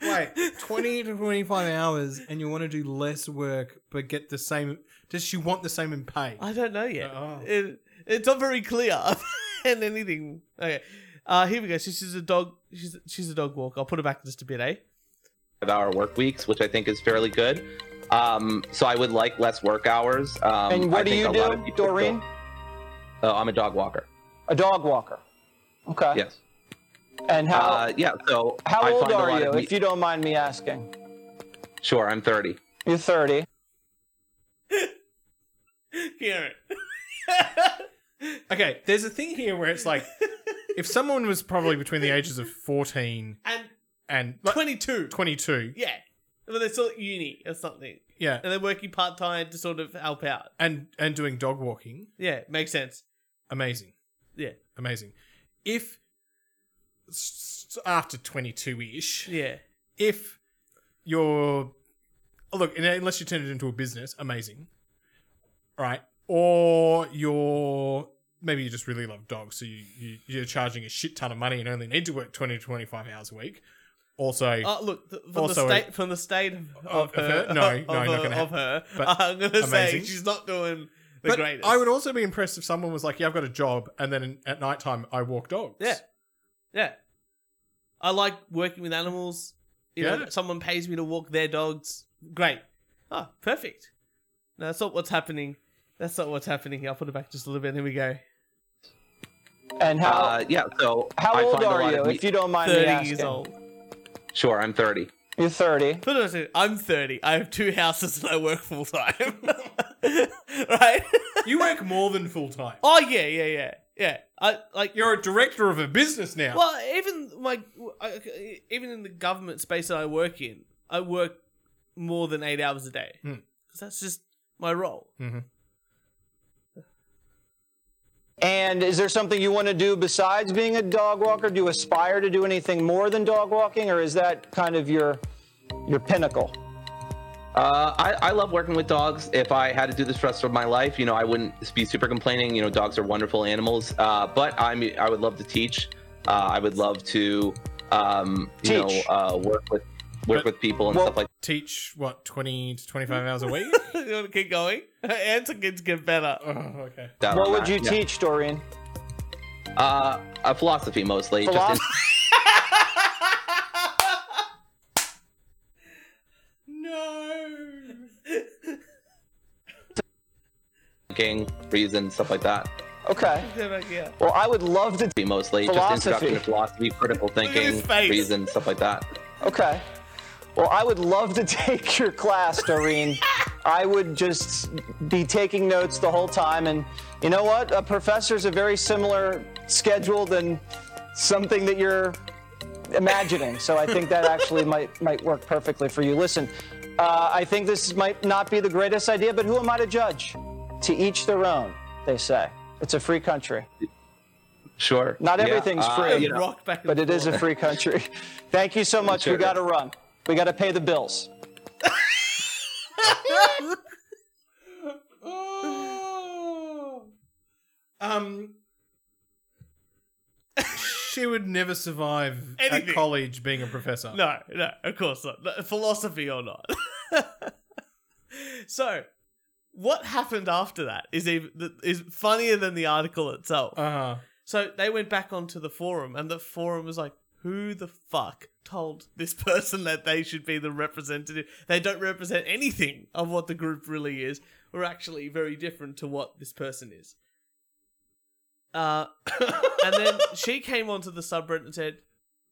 Speaker 1: Wait,
Speaker 2: <laughs>
Speaker 1: 20 to 25 hours and you want to do less work but get the same. Does she want the same in pay?
Speaker 2: I don't know yet.
Speaker 1: Uh-oh.
Speaker 2: It, it's not very clear <laughs> and anything. Okay. Uh, here we go. She, she's a dog. She's she's a dog walk. I'll put her back in just a <laughs> bit, eh?
Speaker 4: Five hour work weeks, which I think is fairly good. Um, so I would like less work hours. Um,
Speaker 3: and what
Speaker 4: I
Speaker 3: do
Speaker 4: think
Speaker 3: you
Speaker 4: a lot of
Speaker 3: do,
Speaker 4: people
Speaker 3: Doreen?
Speaker 4: feel- Uh, I'm a dog walker.
Speaker 3: A dog walker. Okay.
Speaker 4: Yes.
Speaker 3: And Uh, how
Speaker 4: Uh, yeah. So
Speaker 3: how
Speaker 4: I
Speaker 3: old
Speaker 4: find a
Speaker 3: are
Speaker 4: lot
Speaker 3: you,
Speaker 4: of
Speaker 3: if you don't mind me asking?
Speaker 4: Sure, I'm 30.
Speaker 3: You're 30.
Speaker 2: <laughs> Karen.
Speaker 1: Okay, there's a thing here where it's
Speaker 2: <laughs>
Speaker 1: like if someone was probably between the ages of 14
Speaker 2: and
Speaker 1: and like,
Speaker 2: twenty two.
Speaker 1: 22,
Speaker 2: Yeah. But they're still at uni or something.
Speaker 1: yeah,
Speaker 2: And they're working part time to sort of help out.
Speaker 1: and and doing dog walking,
Speaker 2: Yeah, makes sense.
Speaker 1: amazing.
Speaker 2: Yeah.
Speaker 1: Amazing. If s- s- after 22ish,
Speaker 2: Yeah.
Speaker 1: if you're oh, look and unless you turn it into a business amazing right or you're maybe you just really love dogs so you, you you're charging a shit ton of money and only need to work 20 to 25 hours a week also
Speaker 2: Oh, look, th- from
Speaker 1: Also
Speaker 2: the
Speaker 1: a-
Speaker 2: state from the state of,
Speaker 1: Of-
Speaker 2: of her,
Speaker 1: of her? No,
Speaker 2: <laughs> of,
Speaker 1: no, not
Speaker 2: her,
Speaker 1: gonna
Speaker 2: of her.
Speaker 1: but
Speaker 2: I'm gonna say
Speaker 1: amazing.
Speaker 2: she's not doing the
Speaker 1: but
Speaker 2: greatest.
Speaker 1: i would also be impressed if someone was like yeah i've got a job and then at nighttime i walk dogs
Speaker 2: Yeah. Yeah. I like working with animals. You know,
Speaker 1: Yeah.
Speaker 2: someone pays me to walk their dogs. Great. Oh, perfect. No, that's not what's happening. That's not what's happening. I'll put it back just a little bit. Here we go.
Speaker 3: And how
Speaker 4: Uh, yeah. So
Speaker 3: how
Speaker 4: I
Speaker 3: old
Speaker 4: find a
Speaker 3: are
Speaker 4: lot
Speaker 3: you,
Speaker 4: of
Speaker 3: if you don't mind me
Speaker 2: 30 years
Speaker 3: asking?
Speaker 2: old.
Speaker 4: Sure, I'm 30.
Speaker 3: You're 30.
Speaker 2: Put it as it- I'm 30. I have two houses and I work full time. <laughs> right? <laughs>
Speaker 1: you work more than full-time
Speaker 2: Oh, yeah, yeah, yeah. Yeah. I like
Speaker 1: you're a director of a business now
Speaker 2: Well, even my I- even in the government space that I work in, I work more than eight hours a day
Speaker 1: Hmm.
Speaker 2: 'Cause that's just my role.
Speaker 1: Mhm.
Speaker 3: And is there something you want to do besides being a dog walker? Do you aspire to do anything more than dog walking, or is that kind of your your pinnacle?
Speaker 4: Uh, I, I love working with dogs. If I had to do this for the rest of my life, you know, I wouldn't be super complaining. You know, dogs are wonderful animals. Uh, but I'm, I would love to teach. Uh, I would love to, um, you
Speaker 3: Teach.
Speaker 4: know, uh, work with work
Speaker 1: But-
Speaker 4: with people and
Speaker 3: Well-
Speaker 4: stuff like.
Speaker 1: teach what 20 to 25 hours a week
Speaker 2: <laughs>
Speaker 1: <laughs>
Speaker 2: you want to keep going? <laughs> Answer kids get better.
Speaker 1: oh okay
Speaker 4: that.
Speaker 3: What would you
Speaker 4: Yeah.
Speaker 3: teach, Doreen?
Speaker 4: Uh, uh, philosophy mostly.
Speaker 3: Philosophy?
Speaker 4: Just
Speaker 1: no
Speaker 4: in thinking, reason, stuff like that.
Speaker 3: Okay.
Speaker 2: They're like, yeah.
Speaker 3: Well, I would love to.
Speaker 4: Be Mostly just
Speaker 3: Philosophy.
Speaker 4: introduction to philosophy, critical
Speaker 2: at his
Speaker 4: thinking,
Speaker 2: face.
Speaker 4: reason, stuff like that.
Speaker 3: Okay. Well, I would love to <laughs> take your class, Doreen. I would just be taking notes the whole time. And you know what? A professor's a very similar schedule than something that you're imagining. So I think that actually might might work perfectly for you. Listen, uh, I think this might not be the greatest idea, but who am I to judge? To each their own, they say. It's a free country.
Speaker 4: Sure.
Speaker 3: Not
Speaker 4: Yeah,
Speaker 3: everything's
Speaker 4: uh,
Speaker 3: free.
Speaker 4: you know,
Speaker 2: Rock back and
Speaker 3: but it is a <laughs>
Speaker 2: forth.
Speaker 3: free country. Thank you so much.
Speaker 4: Sure.
Speaker 3: We got to run. We got to pay the bills.
Speaker 1: Oh. Um, she would never survive at
Speaker 2: Anything.
Speaker 1: college being a professor.
Speaker 2: No, no, of course not. No, philosophy or not. <laughs> so, what happened after that is even th- is funnier than the article itself.
Speaker 1: Uh-huh.
Speaker 2: So they went back onto the forum, and the forum was like, "Who the fuck told this <laughs> person that they should be the representative? They don't represent anything of what the group really is, or actually very different to what this person is." Uh, and then she came onto the subreddit and said,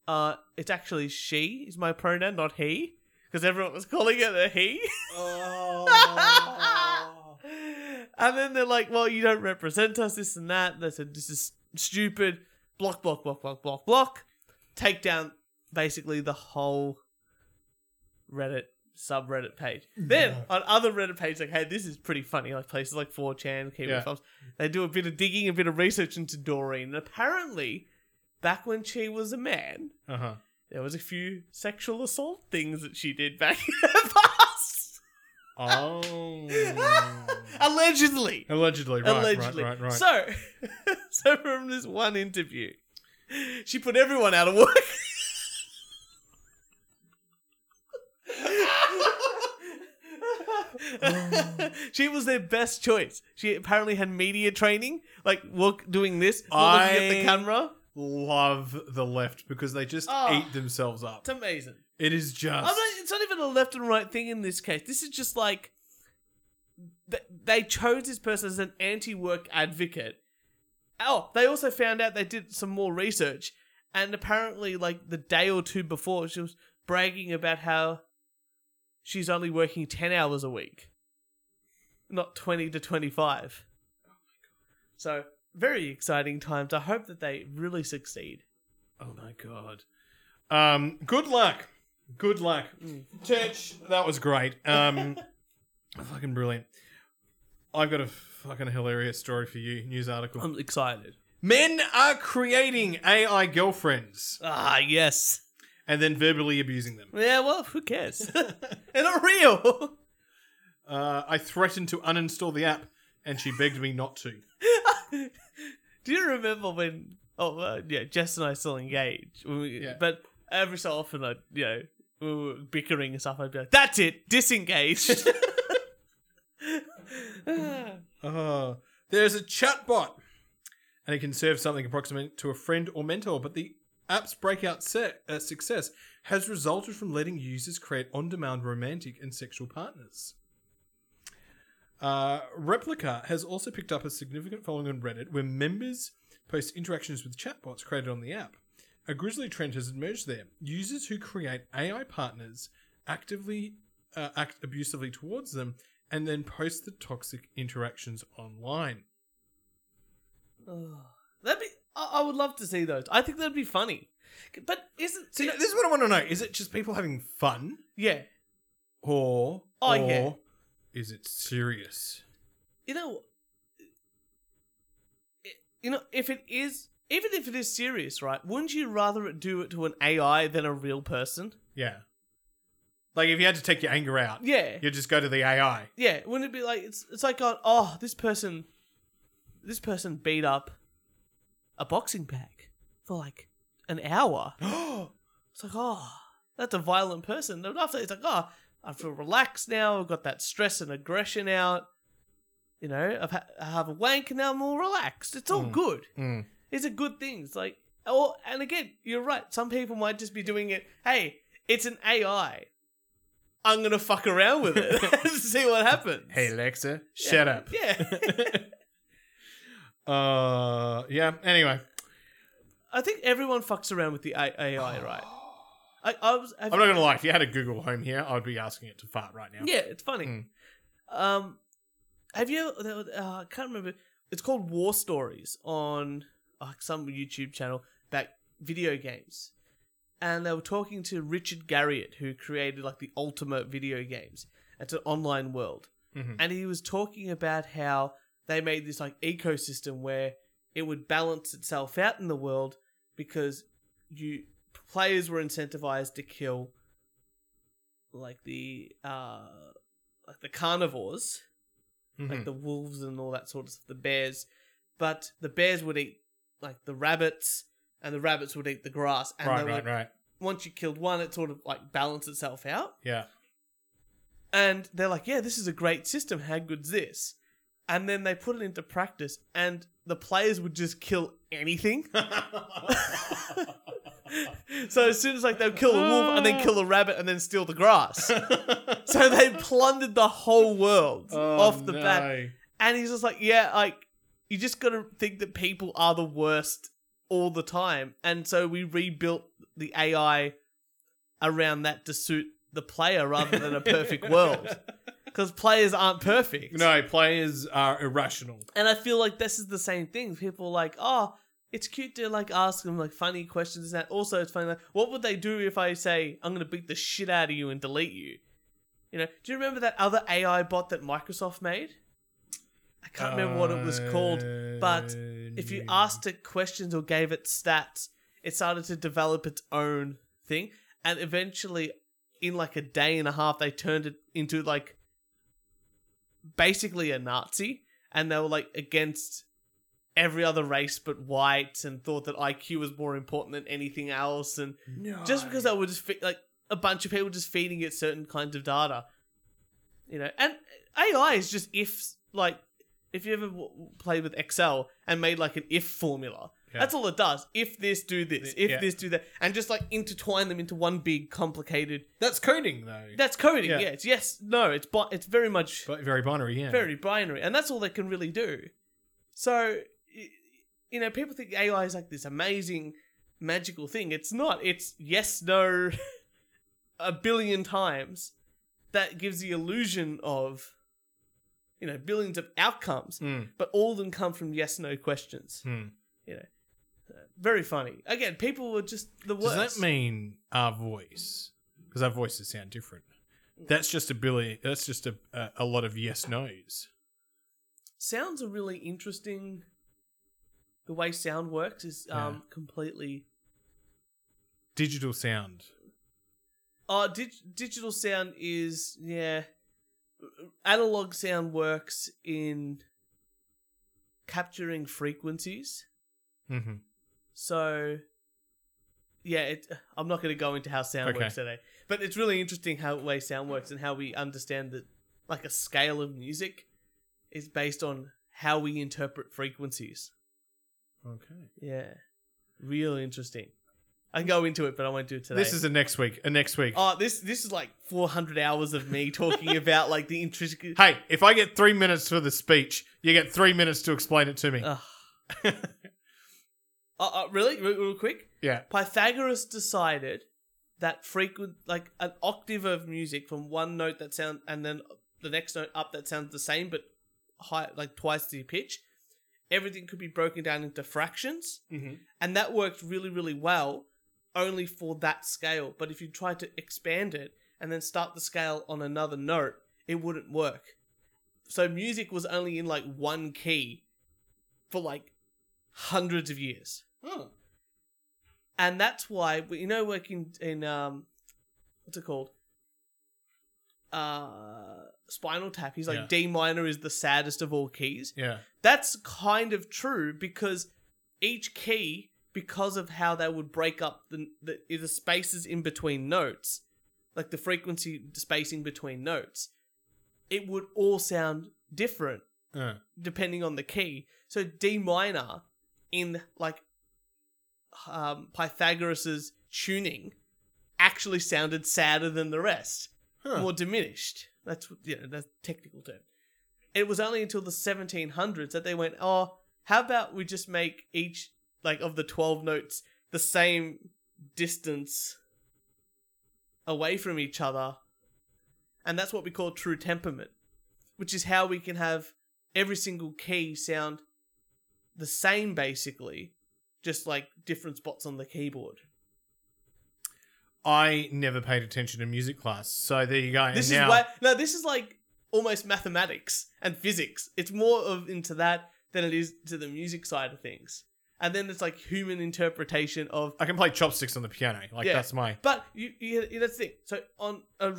Speaker 2: "Uh, it's actually she is my pronoun, not he, because everyone was calling it a he." <laughs> and then they're like, "Well, you don't represent us, this and that." And they said, "This is stupid." Block, block, block, block, block, block. Take down basically the whole Reddit subreddit page. Then on other Reddit pages, like, hey, this is pretty funny. Like places like 4chan, Keep
Speaker 1: Yeah.
Speaker 2: yeah. they do a bit of digging, a bit of research into Doreen. And apparently, back when she was a man,
Speaker 1: Uh huh.
Speaker 2: there was a few sexual assault things that she did back <laughs> in the past.
Speaker 1: Oh.
Speaker 2: Allegedly.
Speaker 1: <laughs> Allegedly, right,
Speaker 2: Allegedly.
Speaker 1: right, right, right.
Speaker 2: So, <laughs> so from this one interview, she put everyone out of work. <laughs>
Speaker 1: Oh.
Speaker 2: she was their best choice. She apparently had media training, like walk doing this, not looking at
Speaker 1: I-
Speaker 2: the camera.
Speaker 1: Love the left because they just
Speaker 2: Oh.
Speaker 1: eat themselves up.
Speaker 2: It's amazing.
Speaker 1: It is just.
Speaker 2: I'm not, it's not even a left and right thing in this case. This is just like th- they chose this person as an anti-work advocate. Oh, they also found out they did some more research, and apparently, like the day or two before, she was bragging about how she's only working ten hours a week, not twenty to twenty-five. So very exciting times. I hope that they really succeed.
Speaker 1: Oh my god. Um, good luck. Good luck.
Speaker 2: Mm.
Speaker 1: Church, that was great. Um,
Speaker 2: <laughs>
Speaker 1: fucking brilliant. I've got a fucking hilarious story for you. News article.
Speaker 2: I'm excited.
Speaker 1: Men are creating AI girlfriends
Speaker 2: Ah, yes.
Speaker 1: and then verbally abusing them.
Speaker 2: Yeah, well, who
Speaker 1: <laughs>
Speaker 2: cares? <laughs> They're not real. <laughs>
Speaker 1: Uh, I threatened to uninstall the app and she begged me not to.
Speaker 2: Do you remember when? Oh, uh, yeah, Jess and I still engaged. When we,
Speaker 1: Yeah.
Speaker 2: But every so often, I, you know, we were bickering and stuff. I'd be like, "That's
Speaker 1: <laughs>
Speaker 2: it, disengaged." <laughs> <sighs>
Speaker 1: Uh, there's a chatbot and it can serve something approximate to a friend or mentor, but the app's breakout se- uh, success has resulted from letting users create on demand romantic and sexual partners. Uh, Replica has also picked up a significant following on Reddit where members post interactions with chatbots created on the app. A grisly trend has emerged there. Users who create AI partners actively uh, act abusively towards them and then post the toxic interactions online.
Speaker 2: that'd be. I, I would love to see those. I think that'd be funny. But isn't
Speaker 1: See, this is what I want to know. Is it just people having fun?
Speaker 2: yeah?
Speaker 1: Or,
Speaker 2: Oh,
Speaker 1: or
Speaker 2: yeah.
Speaker 1: is it serious?
Speaker 2: you know, you know, if it is, even if it is serious, right? Wouldn't you rather it do it to an AI than a real person?
Speaker 1: Yeah. Like if you had to take your anger out,
Speaker 2: Yeah,
Speaker 1: you just go to the <gasps> AI.
Speaker 2: yeah. Wouldn't it be like it's it's like oh, oh this person, this person beat up a boxing bag for like an hour. it's like oh, that's a violent person. And after it's like oh, I feel relaxed now. I've got that stress and aggression out. You know, I've ha- I have a wank and now I'm all relaxed. It's all good.
Speaker 1: Mm.
Speaker 2: It's a good thing. It's like, oh, and again, you're right. Some people might just be doing it. Hey, it's an AI. I'm gonna fuck around with it <laughs> and see what happens.
Speaker 1: Hey Alexa, shut up. <laughs>
Speaker 2: Yeah,
Speaker 1: Uh, yeah. Anyway,
Speaker 2: I think everyone fucks around with the A-
Speaker 1: <gasps>
Speaker 2: AI, right? I, I was. have
Speaker 1: I'm not gonna lie. If you had a Google Home here, I'd be asking it to fart right now.
Speaker 2: Yeah, it's funny.
Speaker 1: Mm.
Speaker 2: Um, have you? Uh, I can't remember. It's called War Stories on uh, some YouTube channel about video games, and they were talking to Richard Garriott, who created like the ultimate video games. It's an online world,
Speaker 1: Mhm.
Speaker 2: and he was talking about how they made this like ecosystem where it would balance itself out in the world because you players were incentivized to kill like the uh like the carnivores like
Speaker 1: Mhm.
Speaker 2: the wolves and all that sort of stuff the bears but the bears would eat like the rabbits and the rabbits would eat the grass and
Speaker 1: right,
Speaker 2: they
Speaker 1: right,
Speaker 2: would-
Speaker 1: right.
Speaker 2: once you killed one it sort of like balanced itself out
Speaker 1: Yeah.
Speaker 2: and they're like, yeah, this is a great system. How good's this? And then they put it into practice, and the players would just kill anything. <laughs>
Speaker 1: <laughs>
Speaker 2: so as soon as like they'd kill a wolf and then kill a rabbit and then steal
Speaker 1: <laughs>
Speaker 2: the grass. <laughs> so they plundered the whole world
Speaker 1: Oh,
Speaker 2: off the bat. And he's just like, yeah, like you just gotta think that people are the worst all the time. And so we rebuilt the AI around that to suit the player
Speaker 1: <laughs>
Speaker 2: rather than a perfect world. Because players aren't perfect.
Speaker 1: No, players are irrational.
Speaker 2: And I feel like this is the same thing. People are like, oh, it's cute to like ask them like funny questions and that. Also, it's funny like, what would they do if I say I'm gonna beat the shit out of you and delete you? You know, do you remember that other AI bot that Microsoft made? I can't remember what it was called, but if
Speaker 1: Uh,
Speaker 2: you asked it questions or gave it stats, it started to develop its own thing, and eventually, in like a day and a half, they turned it into like basically a Nazi, and they were like against every other race but whites, and thought that IQ was more important than anything else, and just because they were just fe- like a bunch of people just feeding it certain kinds of data, you know. And AI is just ifs. Like if you ever w- w- played with Excel and made like an if formula,
Speaker 1: Yeah.
Speaker 2: that's all it does. If this, do this.
Speaker 1: Th-
Speaker 2: If
Speaker 1: yeah.
Speaker 2: this, do that, and just like intertwine them into one big complicated.
Speaker 1: That's coding though.
Speaker 2: That's coding.
Speaker 1: Yeah.
Speaker 2: Yeah. It's yes, no. It's bi- It's very much
Speaker 1: but very binary, yeah.
Speaker 2: very binary, and that's all they can really do. So, y- you know, people think AI is like this amazing, magical thing. It's not. It's yes, no, <laughs> a billion times. That gives the illusion of, you know, billions of outcomes,
Speaker 1: Mm.
Speaker 2: but all of them come from yes, no questions. uh,
Speaker 1: Hmm.
Speaker 2: Very funny. Again, people were just the worst.
Speaker 1: Does that mean our voice? Because our voices sound different. That's just a billion. That's just a a, a lot of yes nos.
Speaker 2: sounds are really interesting. The way sound works is um,
Speaker 1: Yeah.
Speaker 2: completely
Speaker 1: Digital sound.
Speaker 2: Oh, dig- digital sound is yeah. Analog sound works in capturing frequencies.
Speaker 1: Mm-hmm.
Speaker 2: So yeah, it, I'm not going to go into how sound
Speaker 1: Okay.
Speaker 2: works today, but it's really interesting how way sound works and how we understand that like a scale of music is based on how we interpret frequencies.
Speaker 1: Okay.
Speaker 2: Yeah, real interesting. I can go into it, but I won't do it today.
Speaker 1: This is a next week. A next week.
Speaker 2: Oh, this this is like 400 hours of me <laughs> talking about like the uh, intricate.
Speaker 1: hey, if I get three minutes for the speech, you get three minutes to explain it to me.
Speaker 2: Ugh. uh, uh, really, real, real quick.
Speaker 1: yeah.
Speaker 2: Pythagoras decided that frequent, like an octave of music from one note that sound and then the next note up that sounds the same but high, like twice the pitch. Everything could be broken down into fractions,
Speaker 1: Mm-hmm.
Speaker 2: and that worked really, really well, only for that scale. But if you try to expand it and then start the scale on another note, it wouldn't work. So music was only in like one key for like hundreds of years. And that's why you know working in um what's it called? Uh Spinal Tap, he's like
Speaker 1: Yeah.
Speaker 2: D minor is the saddest of all keys.
Speaker 1: Yeah.
Speaker 2: That's kind of true because each key, because of how they would break up the, the the spaces in between notes, like the frequency spacing between notes, it would all sound different
Speaker 1: Uh,
Speaker 2: depending on the key. So D minor in like um, Pythagoras's tuning actually sounded sadder than the rest,
Speaker 1: Huh.
Speaker 2: more diminished. That's what- you know, that's a technical term. It was only until the 1700s that they went, oh, how about we just make each like of the 12 notes the same distance away from each other, and that's what we call true temperament, which is how we can have every single key sound the same basically, just like different spots on the keyboard.
Speaker 1: I never paid attention to music class, so there you go. And
Speaker 2: this
Speaker 1: now,
Speaker 2: is why no, this is like almost mathematics and physics. It's more of into that than it is to the music side of things. And then it's like human interpretation of
Speaker 1: I can play chopsticks on the piano. Like
Speaker 2: Yeah.
Speaker 1: that's my
Speaker 2: But you, you, you- that's the thing. So on a,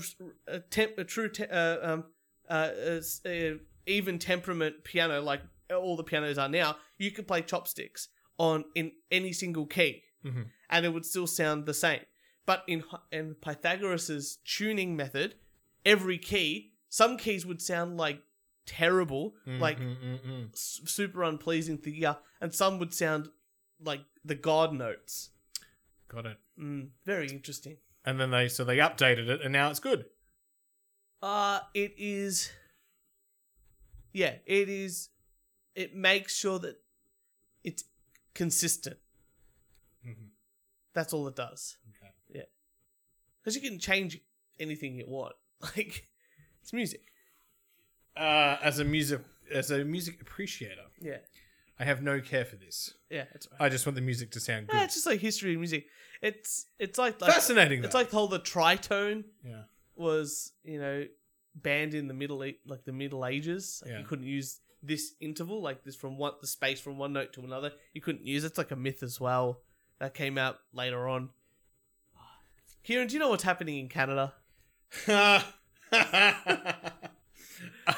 Speaker 2: a, temp, a true te- uh, um, uh, a s- a even temperament piano, like all the pianos are now, you could play chopsticks on in any single key,
Speaker 1: Mhm.
Speaker 2: and it would still sound the same. But in Hy- in Pythagoras's tuning method, every key, some keys would sound like terrible, like
Speaker 1: Mm, mm, mm.
Speaker 2: s- super unpleasing to ear, and some would sound like the god notes.
Speaker 1: got it.
Speaker 2: Mm, very interesting.
Speaker 1: And then they so they updated it, and now it's good.
Speaker 2: Uh it is Yeah, it is it makes sure that it's consistent.
Speaker 1: Mhm.
Speaker 2: That's all it does.
Speaker 1: Okay.
Speaker 2: Yeah. Cuz you can change anything you want. <laughs> Like it's music.
Speaker 1: Uh, as a music as a music appreciator,
Speaker 2: Yeah.
Speaker 1: I have no care for this.
Speaker 2: Yeah, it's right.
Speaker 1: I just want the music to sound Uh, good.
Speaker 2: Yeah, it's just like history of music. It's it's like, like
Speaker 1: Fascinating.
Speaker 2: It's
Speaker 1: though.
Speaker 2: like the whole the tritone
Speaker 1: yeah.
Speaker 2: was you know banned in the middle A- like the middle ages like
Speaker 1: Yeah.
Speaker 2: you couldn't use this interval like this from one the space from one note to another you couldn't use it's like a myth as well that came out later on kieran do you know what's happening in canada a <laughs>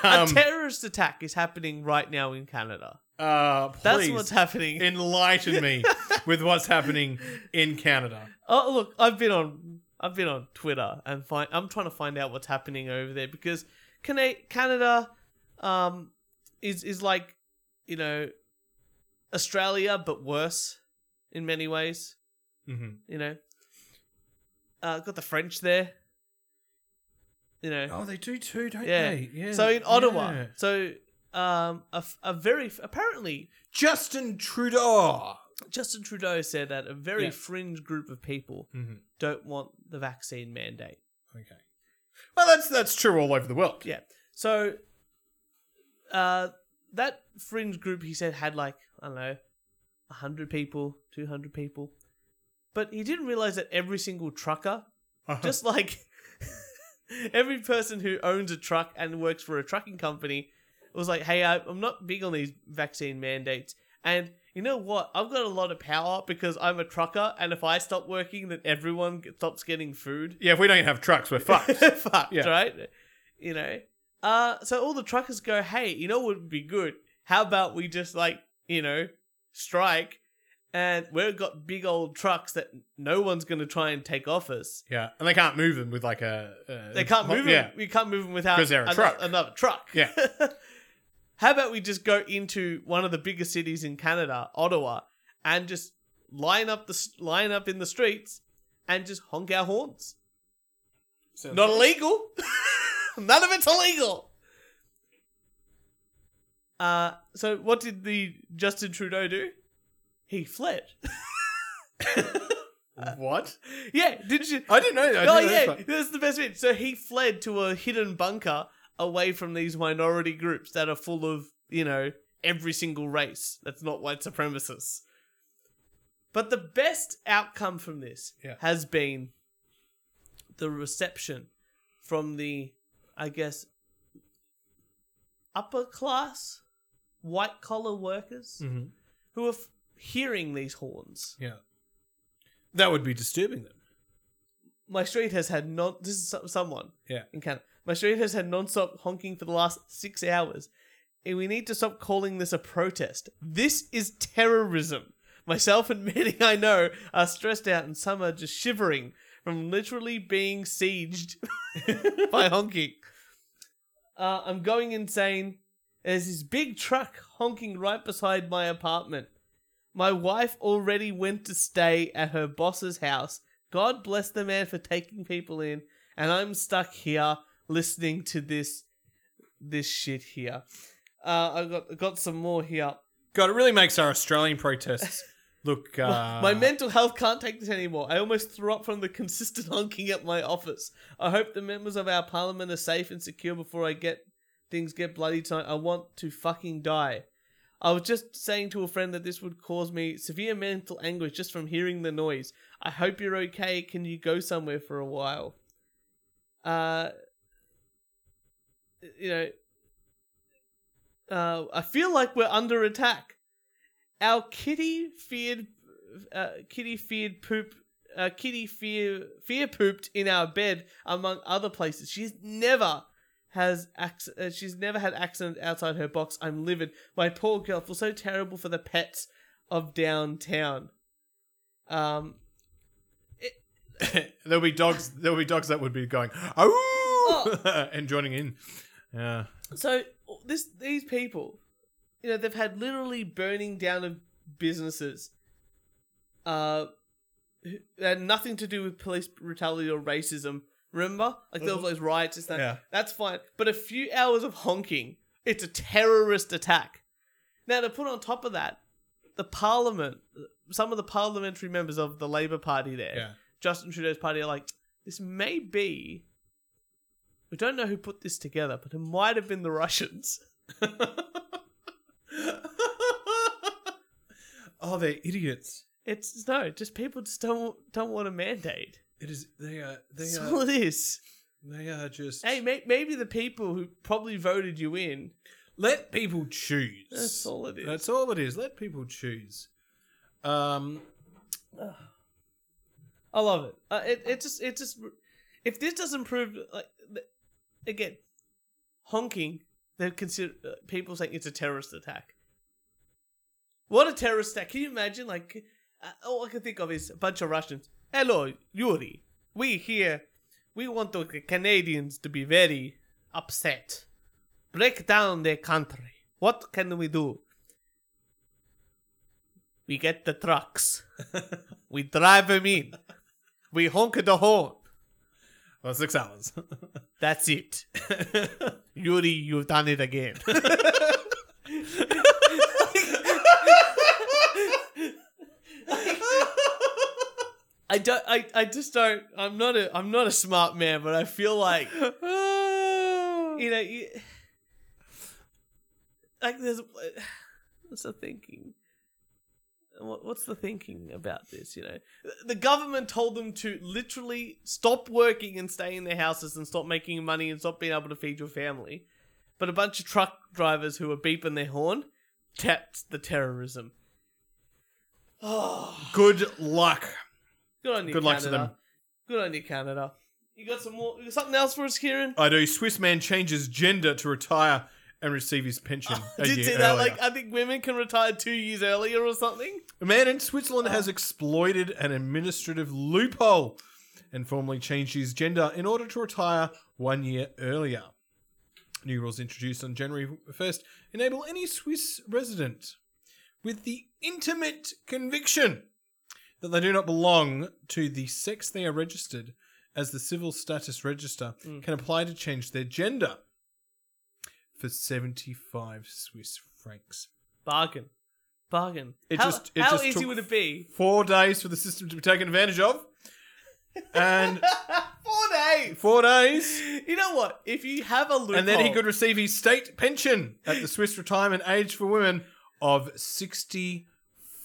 Speaker 1: um,
Speaker 2: terrorist attack is happening right now in canada
Speaker 1: uh, please
Speaker 2: that's what's happening
Speaker 1: enlighten
Speaker 2: <laughs>
Speaker 1: me with what's happening in Canada.
Speaker 2: Oh look, I've been on I've been on Twitter and find I'm trying to find out what's happening over there because Cana- Canada um is is like you know Australia but worse in many ways,
Speaker 1: Mhm.
Speaker 2: you know. Uh got the French there. You know.
Speaker 1: Oh, they do too, don't
Speaker 2: Yeah.
Speaker 1: they? Oh, Yeah.
Speaker 2: So in Ottawa.
Speaker 1: yeah.
Speaker 2: So um a, f- a very f- apparently
Speaker 1: Justin Trudeau.
Speaker 2: Justin Trudeau said that a very
Speaker 1: Yeah.
Speaker 2: fringe group of people
Speaker 1: Mhm.
Speaker 2: don't want the vaccine mandate.
Speaker 1: Okay. Well, that's that's true all over the world.
Speaker 2: Yeah. So uh that fringe group he said had like, I don't know, 100 people, 200 people. But he didn't realize that every single trucker,
Speaker 1: Uh-huh.
Speaker 2: just like <laughs> every person who owns a truck and works for a trucking company was like, "Hey, I, I'm not big on these vaccine mandates." And you know what? I've got a lot of power because I'm a trucker, and if I stop working, then everyone g- stops getting food.
Speaker 1: yeah. If we don't have trucks, we're <laughs> fucked.
Speaker 2: <laughs> fucked,
Speaker 1: Yeah.
Speaker 2: right? You know. Uh so all the truckers go, hey, you know what would be good? How about we just like, you know, strike and we've got big old trucks that no one's gonna try and take off us.
Speaker 1: yeah, and they can't move them with like a. Uh,
Speaker 2: They can't move
Speaker 1: Yeah.
Speaker 2: them. We can't move them without
Speaker 1: 'Cause they're a
Speaker 2: ano-
Speaker 1: truck.
Speaker 2: another truck.
Speaker 1: Yeah.
Speaker 2: <laughs> How about we just go into one of the biggest cities in Canada, Ottawa, and just line up the s- line up in the streets and just honk our horns? Not illegal. <laughs> None of it's illegal. Uh, so what did the Justin Trudeau do? He fled. <laughs>
Speaker 1: what?
Speaker 2: yeah, did you?
Speaker 1: I didn't know. I didn't
Speaker 2: oh
Speaker 1: know
Speaker 2: yeah,
Speaker 1: this part.
Speaker 2: that's the best bit. So he fled to a hidden bunker away from these minority groups that are full of you know every single race that's not white supremacists. But the best outcome from this
Speaker 1: Yeah.
Speaker 2: has been the reception from the, I guess, upper class white collar workers
Speaker 1: Mhm.
Speaker 2: who are f- hearing these horns.
Speaker 1: Yeah. That would be disturbing them.
Speaker 2: My street has had non. This is so- someone.
Speaker 1: Yeah.
Speaker 2: in Canada. My street has had non-stop honking for the last six hours, and we need to stop calling this a protest. This is terrorism. Myself and <laughs> many I know are stressed out, and some are just shivering from literally being sieged <laughs> by honking. Uh, I'm going insane. There's this big truck honking right beside my apartment. My wife already went to stay at her boss's house. God bless the man for taking people in, and I'm stuck here listening to this this shit here. Uh, I got got some more here.
Speaker 1: God, it really makes our Australian <laughs> protests look. Uh,
Speaker 2: My mental health can't take this anymore. I almost threw up from the consistent <laughs> honking at my office. I hope the members of our parliament are safe and secure before I get things get bloody tonight. I want to fucking die. I was just saying to a friend that this would cause me severe mental anguish just from hearing the noise. I hope you're okay. Can you go somewhere for a while? Uh, you know, uh, I feel like we're under attack. Our kitty feared, uh, kitty feared poop. Uh, kitty fear fear pooped in our bed among other places. She's never has acc- uh, she's never had accident outside her box. I'm livid. My poor girl feels so terrible for the pets of downtown. Um,
Speaker 1: <laughs> there'll be dogs. There'll be dogs that would be going oh, <laughs> and joining in. Yeah.
Speaker 2: So this these people, you know, they've had literally burning down of businesses, uh, who- that had nothing to do with police brutality or racism. Remember, like there was those riots and stuff.
Speaker 1: Mm-hmm. Yeah.
Speaker 2: That's fine, but a few hours of honking, it's a terrorist attack. Now to put on top of that, the parliament, some of the parliamentary members of the Labour Party there,
Speaker 1: Yeah.
Speaker 2: Justin Trudeau's party are like, this may be. We don't know who put this together, but it might have been the Russians.
Speaker 1: <laughs> Oh, they're idiots.
Speaker 2: It's no, just people just don't don't want a mandate.
Speaker 1: It is. They are. They
Speaker 2: That's
Speaker 1: are.
Speaker 2: all it is.
Speaker 1: They are just.
Speaker 2: Hey, may- maybe the people who probably voted you in.
Speaker 1: Let people choose.
Speaker 2: That's all it is.
Speaker 1: That's all it is. Let people choose. Um,
Speaker 2: I love it. Uh, it it just it just if this doesn't prove like th- again honking, they're consider uh, people saying it's a terrorist attack. What a terrorist attack! Can you imagine? Like uh, all I can think of is a bunch of Russians. Hello, Yuri. We here. We want the Canadians to be very upset. Break down their country. What can we do? We get the trucks. We drive them in. We honk the horn.
Speaker 1: well, six hours. <laughs>
Speaker 2: That's it. <laughs> Yuri, you've done it again. <laughs> I don't. I, I just don't. I'm not a. I'm not a smart man, but I feel <sighs> like you know. You, like there's what's the thinking? What, what's the thinking about this? You know, the government told them to literally stop working and stay in their houses and stop making money and stop being able to feed your family. But a bunch of truck drivers who are beeping their horn tapped the terrorism.
Speaker 1: Good luck.
Speaker 2: Good on you,
Speaker 1: Good
Speaker 2: Canada.
Speaker 1: luck to them.
Speaker 2: Good on you, Canada. You got some more? you got something else for us, Kieran?
Speaker 1: I do. Swiss man changes gender to retire and receive his pension.
Speaker 2: <laughs> I
Speaker 1: a
Speaker 2: did
Speaker 1: year
Speaker 2: see that.
Speaker 1: earlier.
Speaker 2: Like, I think women can retire two years earlier or something.
Speaker 1: A man in Switzerland has exploited an administrative loophole and formally changed his gender in order to retire one year earlier. New rules introduced on January 1st enable any Swiss resident with the intimate conviction that they do not belong to the sex they are registered as the civil status register can apply to change their gender for 75 Swiss francs.
Speaker 2: Bargain, bargain.
Speaker 1: It
Speaker 2: how
Speaker 1: just- it
Speaker 2: how
Speaker 1: just
Speaker 2: easy
Speaker 1: took-
Speaker 2: would it be? <laughs>
Speaker 1: four days for the system to be taken advantage of. And
Speaker 2: Four days.
Speaker 1: four days.
Speaker 2: You know what? If you have a loophole,
Speaker 1: And then he could receive his state pension at the Swiss retirement age for women of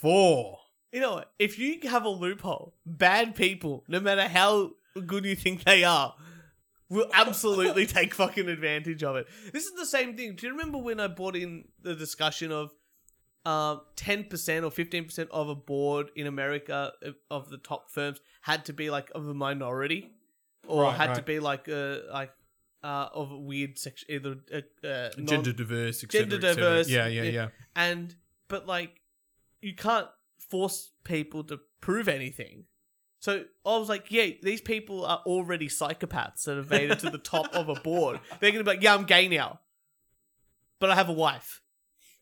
Speaker 1: 64.
Speaker 2: You know what? If you have a loophole, bad people, no matter how good you think they are,
Speaker 1: <laughs>
Speaker 2: will absolutely take fucking advantage of it. This is the same thing. Do you remember when I brought in the discussion of um, 10% or 15% of a board in America of- of the top firms had to be like of a minority or
Speaker 1: Right,
Speaker 2: had to
Speaker 1: right.
Speaker 2: be like a, like uh, of a weird section, either uh, uh, non-
Speaker 1: Gender diverse, et cetera,
Speaker 2: Gender
Speaker 1: et cetera.
Speaker 2: diverse,
Speaker 1: Yeah, yeah,
Speaker 2: yeah.
Speaker 1: yeah.
Speaker 2: and but like you can't force people to prove anything so i was like yeah these people are already psychopaths that have made it to the top of a
Speaker 1: <laughs>
Speaker 2: board they're gonna be like yeah i'm gay now but i have a wife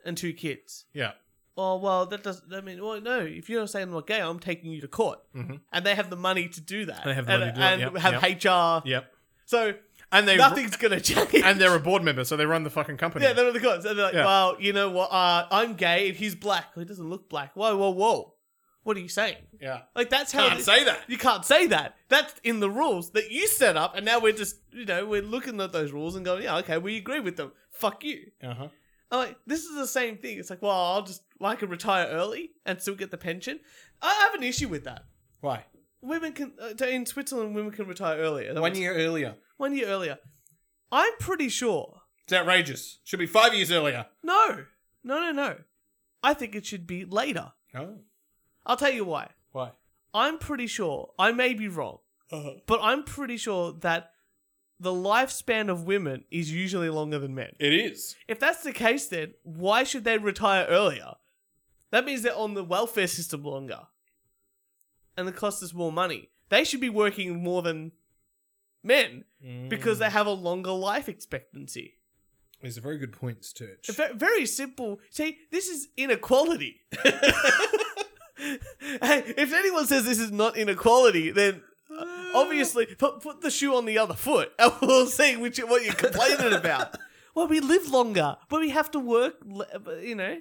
Speaker 2: and two kids
Speaker 1: Yeah.
Speaker 2: oh well that doesn't i mean well no if you're not saying i'm not gay i'm taking you to court
Speaker 1: Mhm.
Speaker 2: and they have the money to do that
Speaker 1: They have the
Speaker 2: and,
Speaker 1: money to do
Speaker 2: and
Speaker 1: it, yep,
Speaker 2: have
Speaker 1: yep.
Speaker 2: hr
Speaker 1: Yep.
Speaker 2: so
Speaker 1: And they
Speaker 2: nothing's gonna <laughs> change
Speaker 1: and they're a board member, so they run the fucking company.
Speaker 2: Yeah, they're the cons. And they're like,
Speaker 1: Yeah.
Speaker 2: well, you know what? Uh, I'm gay and he's black. Well, he doesn't look black. Whoa, whoa, whoa. What are you saying?
Speaker 1: yeah.
Speaker 2: Like, that's how.
Speaker 1: Can't say that.
Speaker 2: You can't say that. That's in the rules that you set up. And now we're just, you know, we're looking at those rules and going, yeah, okay, we agree with them. Fuck you.
Speaker 1: Uh-huh.
Speaker 2: I'm like, this is the same thing. It's like, well, I'll just, well, I can retire early and still get the pension. I have an issue with that.
Speaker 1: Why?
Speaker 2: Women can, uh, in Switzerland, women can retire earlier.
Speaker 1: One year earlier.
Speaker 2: One year earlier. I'm pretty sure
Speaker 1: It's outrageous. Should be five years earlier.
Speaker 2: No, no, no, no. I think it should be later.
Speaker 1: Oh.
Speaker 2: I'll tell you why.
Speaker 1: Why?
Speaker 2: I'm pretty sure, I may be wrong,
Speaker 1: Uh-huh.
Speaker 2: but I'm pretty sure that the lifespan of women is usually longer than men.
Speaker 1: It is.
Speaker 2: If that's the case, then why should they retire earlier? That means they're on the welfare system longer. And the cost is more money. They should be working more than men
Speaker 1: Mm.
Speaker 2: because they have a longer life expectancy.
Speaker 1: These are very good points, Turch.
Speaker 2: Ve- very simple. See, this is inequality. <laughs> Hey, if anyone says this is not inequality, then uh, obviously put, put the shoe on the other foot, and <laughs> we'll see which what you're
Speaker 1: <laughs>
Speaker 2: complaining about. Well, we live longer, but we have to work. le- but, You know,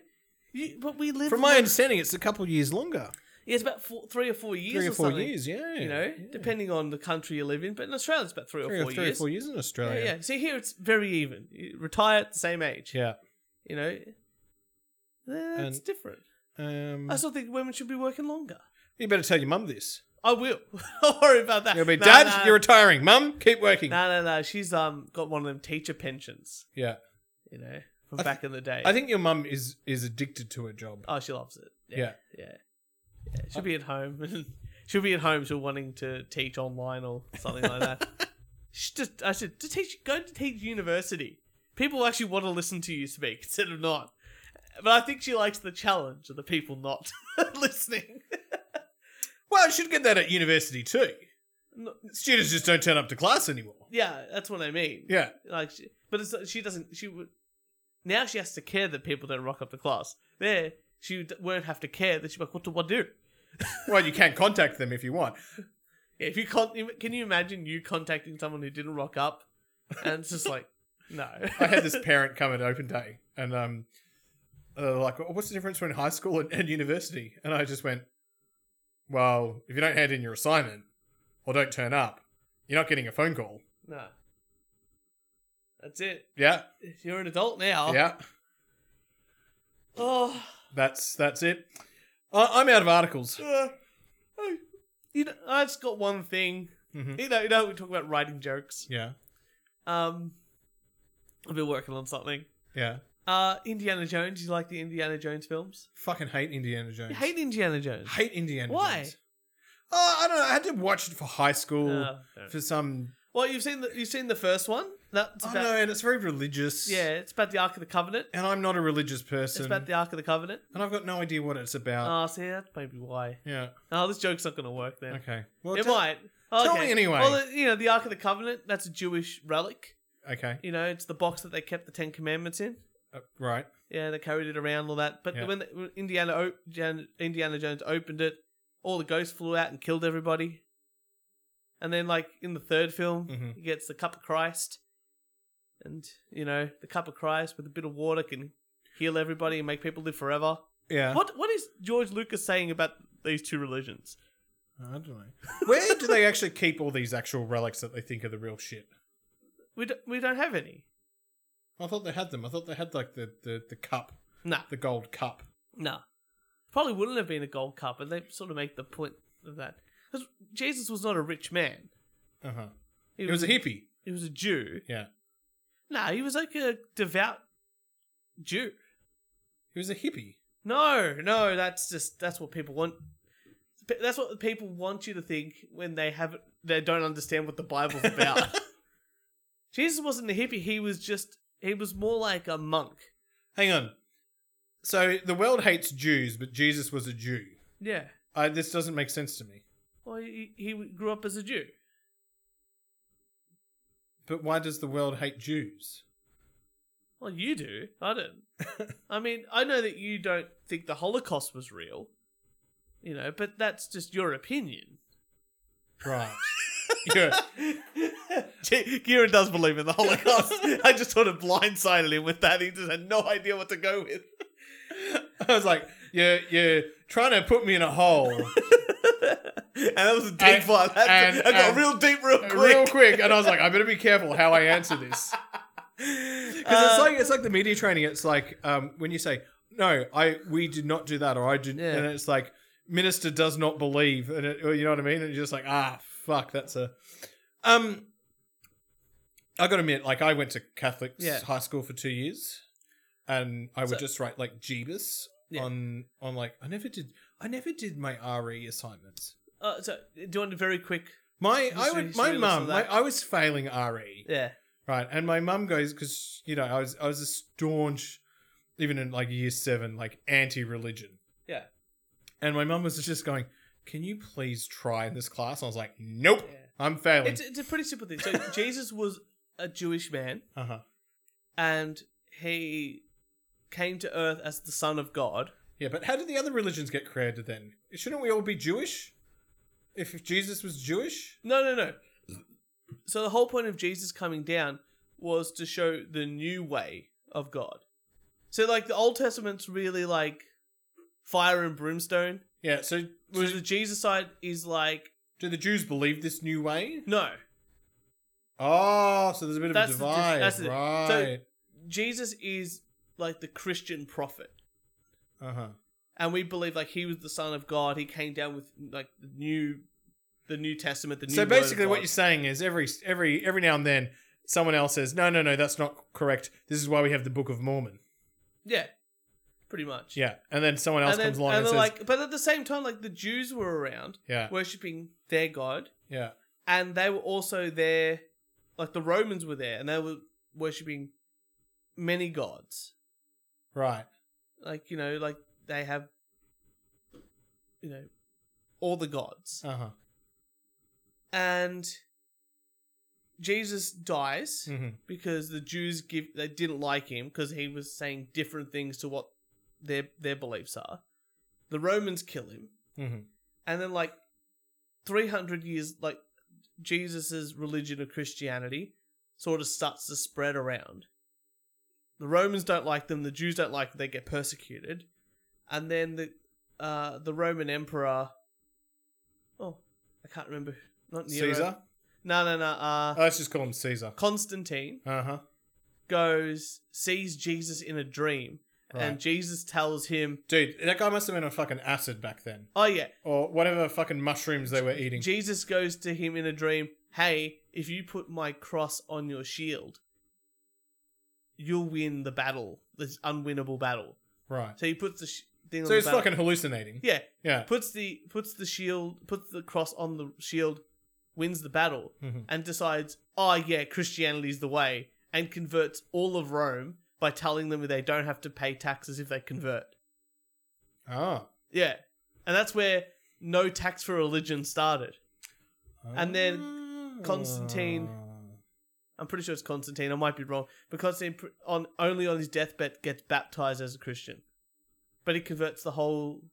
Speaker 2: you, but we live.
Speaker 1: From my
Speaker 2: lo-
Speaker 1: understanding, it's a couple of years longer.
Speaker 2: yeah, it's about four, three or four years.
Speaker 1: Three or four
Speaker 2: something,
Speaker 1: years, yeah.
Speaker 2: You know,
Speaker 1: yeah.
Speaker 2: depending on the country you live in, but in Australia it's about three or
Speaker 1: three
Speaker 2: four
Speaker 1: or, three
Speaker 2: years.
Speaker 1: or four years in
Speaker 2: yeah,
Speaker 1: Australia.
Speaker 2: yeah. See, here it's very even. You retire at the same age.
Speaker 1: Yeah.
Speaker 2: You know, that's
Speaker 1: And-
Speaker 2: different.
Speaker 1: Um, Mm.
Speaker 2: I still think women should be working longer.
Speaker 1: you Um, better tell your mum this.
Speaker 2: I will. <laughs> Don't worry about that.
Speaker 1: You'll <laughs> be,
Speaker 2: No,
Speaker 1: Dad,
Speaker 2: no.
Speaker 1: you're retiring. Mum, keep working.
Speaker 2: No, no, no. She's um got one of them teacher pensions,
Speaker 1: Yeah.
Speaker 2: you know, from back in the day.
Speaker 1: I think your mum is is addicted to her job.
Speaker 2: Oh, she loves it. Yeah,
Speaker 1: Yeah.
Speaker 2: yeah. yeah. She'll be at home. <laughs> she'll be at home. She'll wanting to teach online or something
Speaker 1: <laughs>
Speaker 2: like that. She just, I said, to teach, go to teach university. People actually want to listen to you speak <laughs> instead of not. But I think she likes the challenge of the people not <laughs> listening.
Speaker 1: Well, you should get that at university too.
Speaker 2: No-
Speaker 1: Students just don't turn up to class anymore.
Speaker 2: yeah, that's what I mean.
Speaker 1: Yeah.
Speaker 2: Like, she, but it's, she doesn't. She would now she has to care that people don't rock up to class. There, she d- won't have to care that she's like, what do I do?
Speaker 1: Well, you can contact them if you want.
Speaker 2: Yeah, if you con- can you imagine you contacting someone who didn't rock up, and it's just like, <laughs> no.
Speaker 1: I had this parent come at open day, and um, uh, like, "Oh, what's the difference between high school and, and university? And I just went, well, if you don't hand in your assignment or don't turn up, you're not getting a phone call.
Speaker 2: <laughs> no. That's it.
Speaker 1: Yeah,
Speaker 2: You're an adult now.
Speaker 1: yeah,
Speaker 2: Oh,
Speaker 1: that's that's it. I, I'm out of articles.
Speaker 2: uh, I- you know, I just got one thing.
Speaker 1: Mhm.
Speaker 2: You know, you know, we talk about writing jokes.
Speaker 1: Yeah,
Speaker 2: Um, I've been working on something.
Speaker 1: yeah.
Speaker 2: Uh, Indiana Jones. You like the Indiana Jones films?
Speaker 1: Fucking hate Indiana Jones.
Speaker 2: You hate Indiana Jones.
Speaker 1: hate Indiana
Speaker 2: Why?
Speaker 1: Jones. Oh, I don't know. I had to watch it for high school
Speaker 2: Uh,
Speaker 1: for some.
Speaker 2: well, you've seen the you've seen the first one. That's
Speaker 1: I
Speaker 2: about
Speaker 1: don't know, and Oh, it's very religious.
Speaker 2: yeah. It's about the Ark of the Covenant.
Speaker 1: And I'm not a religious person.
Speaker 2: It's about the Ark of the Covenant.
Speaker 1: and I've got no idea what it's about.
Speaker 2: Ah, see, that's maybe why.
Speaker 1: yeah.
Speaker 2: Oh, this joke's not going to work then.
Speaker 1: Uh, Okay. Well,
Speaker 2: It
Speaker 1: tell-
Speaker 2: might.
Speaker 1: tell
Speaker 2: Okay.
Speaker 1: me anyway.
Speaker 2: Well, the- you know, the Ark of the Covenant, that's a Jewish relic.
Speaker 1: Okay.
Speaker 2: You know, it's the box that they kept the Ten Commandments in.
Speaker 1: Uh, right.
Speaker 2: Yeah, they carried it around, all that. But
Speaker 1: Yeah.
Speaker 2: when, the, when Indiana, o- Jan- Indiana Jones opened it, all the ghosts flew out and killed everybody. And then, like, in the third film,
Speaker 1: Mhm.
Speaker 2: he gets the cup of Christ. And, you know, the cup of Christ with a bit of water can heal everybody and make people live forever.
Speaker 1: Yeah.
Speaker 2: What what is George Lucas saying about these two religions?
Speaker 1: Oh, I don't know. <laughs> Where do they actually keep all these actual relics that they think are the real shit?
Speaker 2: We don't, we don't have any.
Speaker 1: I thought they had them. I thought they had like the the, the cup,
Speaker 2: No,
Speaker 1: the gold cup.
Speaker 2: no. Probably wouldn't have been a gold cup, and they sort of make the point of that because Jesus was not a rich man.
Speaker 1: Uh huh.
Speaker 2: He
Speaker 1: It was a hippie.
Speaker 2: He was a Jew.
Speaker 1: Yeah.
Speaker 2: No, he was like a devout Jew.
Speaker 1: He was a hippie.
Speaker 2: No, no, that's just that's what people want. That's what people want you to think when they have they don't understand what the Bible's about. <laughs> Jesus wasn't a hippie. He was just he was more like a monk.
Speaker 1: Hang on. So the world hates Jews, but Jesus was a Jew.
Speaker 2: Yeah.
Speaker 1: I, this doesn't make sense to me.
Speaker 2: Well, he, he grew up as a Jew.
Speaker 1: But why does the world hate Jews?
Speaker 2: Well, you do. I don't. <laughs> I mean, I know that you don't think the Holocaust was real, you know, but that's just your opinion. <laughs>
Speaker 1: Right. yeah.
Speaker 2: Kieran does believe in the Holocaust. I just sort of blindsided him with that. He just had no idea what to go with.
Speaker 1: I was like, you're, you're trying to put me in a hole.
Speaker 2: <laughs> And that was a deep
Speaker 1: And-
Speaker 2: one. <laughs> That,
Speaker 1: and-
Speaker 2: that got
Speaker 1: and-
Speaker 2: real deep real quick.
Speaker 1: real quick, and I was like, I better be careful how I answer
Speaker 2: <laughs>
Speaker 1: this because it's
Speaker 2: Uh,
Speaker 1: like it's like the media training. It's like um, when you say, "No, I we did not do that," or "I did,"
Speaker 2: Yeah.
Speaker 1: and it's like minister does not believe, and it, or, you know what I mean. And you're just like, ah, fuck, that's a. Um, I got to admit, like I went to Catholic s-
Speaker 2: Yeah.
Speaker 1: high school for two years, and I would
Speaker 2: So-
Speaker 1: just write like Jeebus
Speaker 2: Yeah.
Speaker 1: on on like I never did I never did my RE assignments.
Speaker 2: Uh, so, do you want a very quick?
Speaker 1: My I
Speaker 2: should-
Speaker 1: would
Speaker 2: should
Speaker 1: my
Speaker 2: we listen to
Speaker 1: mum my,
Speaker 2: that?
Speaker 1: I was failing RE.
Speaker 2: Yeah.
Speaker 1: Right, and my mum goes because you know I was I was a staunch, even in like year seven, like anti-religion,
Speaker 2: Yeah.
Speaker 1: and my mum was just going, "Can you please try this class?" I was like, "Nope,
Speaker 2: Yeah.
Speaker 1: I'm failing."
Speaker 2: It's, it's a pretty simple thing. <laughs> So, Jesus was a Jewish man.
Speaker 1: Uh huh.
Speaker 2: and he came to earth as the son of god
Speaker 1: Yeah, but how did the other religions get created then? Shouldn't we all be Jewish? If Jesus was Jewish,
Speaker 2: no no no so the whole point of jesus coming down was to show the new way of god so like the old testament's really like fire and brimstone
Speaker 1: yeah. So
Speaker 2: so
Speaker 1: was,
Speaker 2: the jesus side is like
Speaker 1: do the Jews believe this new way?
Speaker 2: no
Speaker 1: Oh, so there's a bit of
Speaker 2: That's
Speaker 1: a
Speaker 2: the dis-
Speaker 1: divide,
Speaker 2: that's the- so-
Speaker 1: right?
Speaker 2: jesus is like the christian prophet
Speaker 1: uh huh.
Speaker 2: and we believe like he was the son of god he came down with like the new the New Testament, the New
Speaker 1: So
Speaker 2: Word of
Speaker 1: basically, what
Speaker 2: God.
Speaker 1: you're saying is every every every now and then someone else says, "No, no, no, that's not correct. This is why we have the Book of Mormon."
Speaker 2: yeah, pretty much.
Speaker 1: Yeah, and then someone else
Speaker 2: and then,
Speaker 1: comes along
Speaker 2: and
Speaker 1: and,
Speaker 2: they're
Speaker 1: says,
Speaker 2: like, but at the same time, like the Jews were around
Speaker 1: "Yeah,
Speaker 2: worshipping their god,
Speaker 1: yeah,
Speaker 2: and they were also there, like the Romans were there, and they were worshipping many gods.
Speaker 1: right,
Speaker 2: Like you know, like they have, you know, all the gods,
Speaker 1: uh huh,
Speaker 2: and Jesus dies
Speaker 1: hmm
Speaker 2: because the Jews give they didn't like him because he was saying different things to what their their beliefs are. The Romans kill him.
Speaker 1: hmm
Speaker 2: and then like 300 years like jesus's religion of christianity sort of starts to spread around the romans don't like them the jews don't like them they get persecuted and then the uh the roman emperor oh i can't remember not Nero.
Speaker 1: Caesar.
Speaker 2: no no no uh
Speaker 1: Oh, let's just call him Caesar.
Speaker 2: constantine
Speaker 1: Uh huh.
Speaker 2: goes sees jesus in a dream
Speaker 1: Right.
Speaker 2: and jesus tells him
Speaker 1: Dude, that guy must have been on fucking acid back then,
Speaker 2: oh yeah
Speaker 1: or whatever fucking mushrooms they were eating.
Speaker 2: Jesus goes to him in a dream, Hey, if you put my cross on your shield, you'll win the battle, this unwinnable battle.
Speaker 1: right.
Speaker 2: So he puts the sh- thing
Speaker 1: So
Speaker 2: on
Speaker 1: he's
Speaker 2: the battle.
Speaker 1: fucking hallucinating.
Speaker 2: <laughs> yeah,
Speaker 1: Yeah.
Speaker 2: puts the puts the shield, puts the cross on the shield, wins the battle,
Speaker 1: Mhm.
Speaker 2: and decides, oh yeah, Christianity's the way, and converts all of Rome by telling them they don't have to pay taxes if they convert.
Speaker 1: Oh.
Speaker 2: Yeah, and that's where no tax for religion started. And then
Speaker 1: Oh.
Speaker 2: Constantine- I'm pretty sure it's Constantine. I might be wrong, but Constantine pr- on only on his deathbed gets baptized as a Christian, but he converts the whole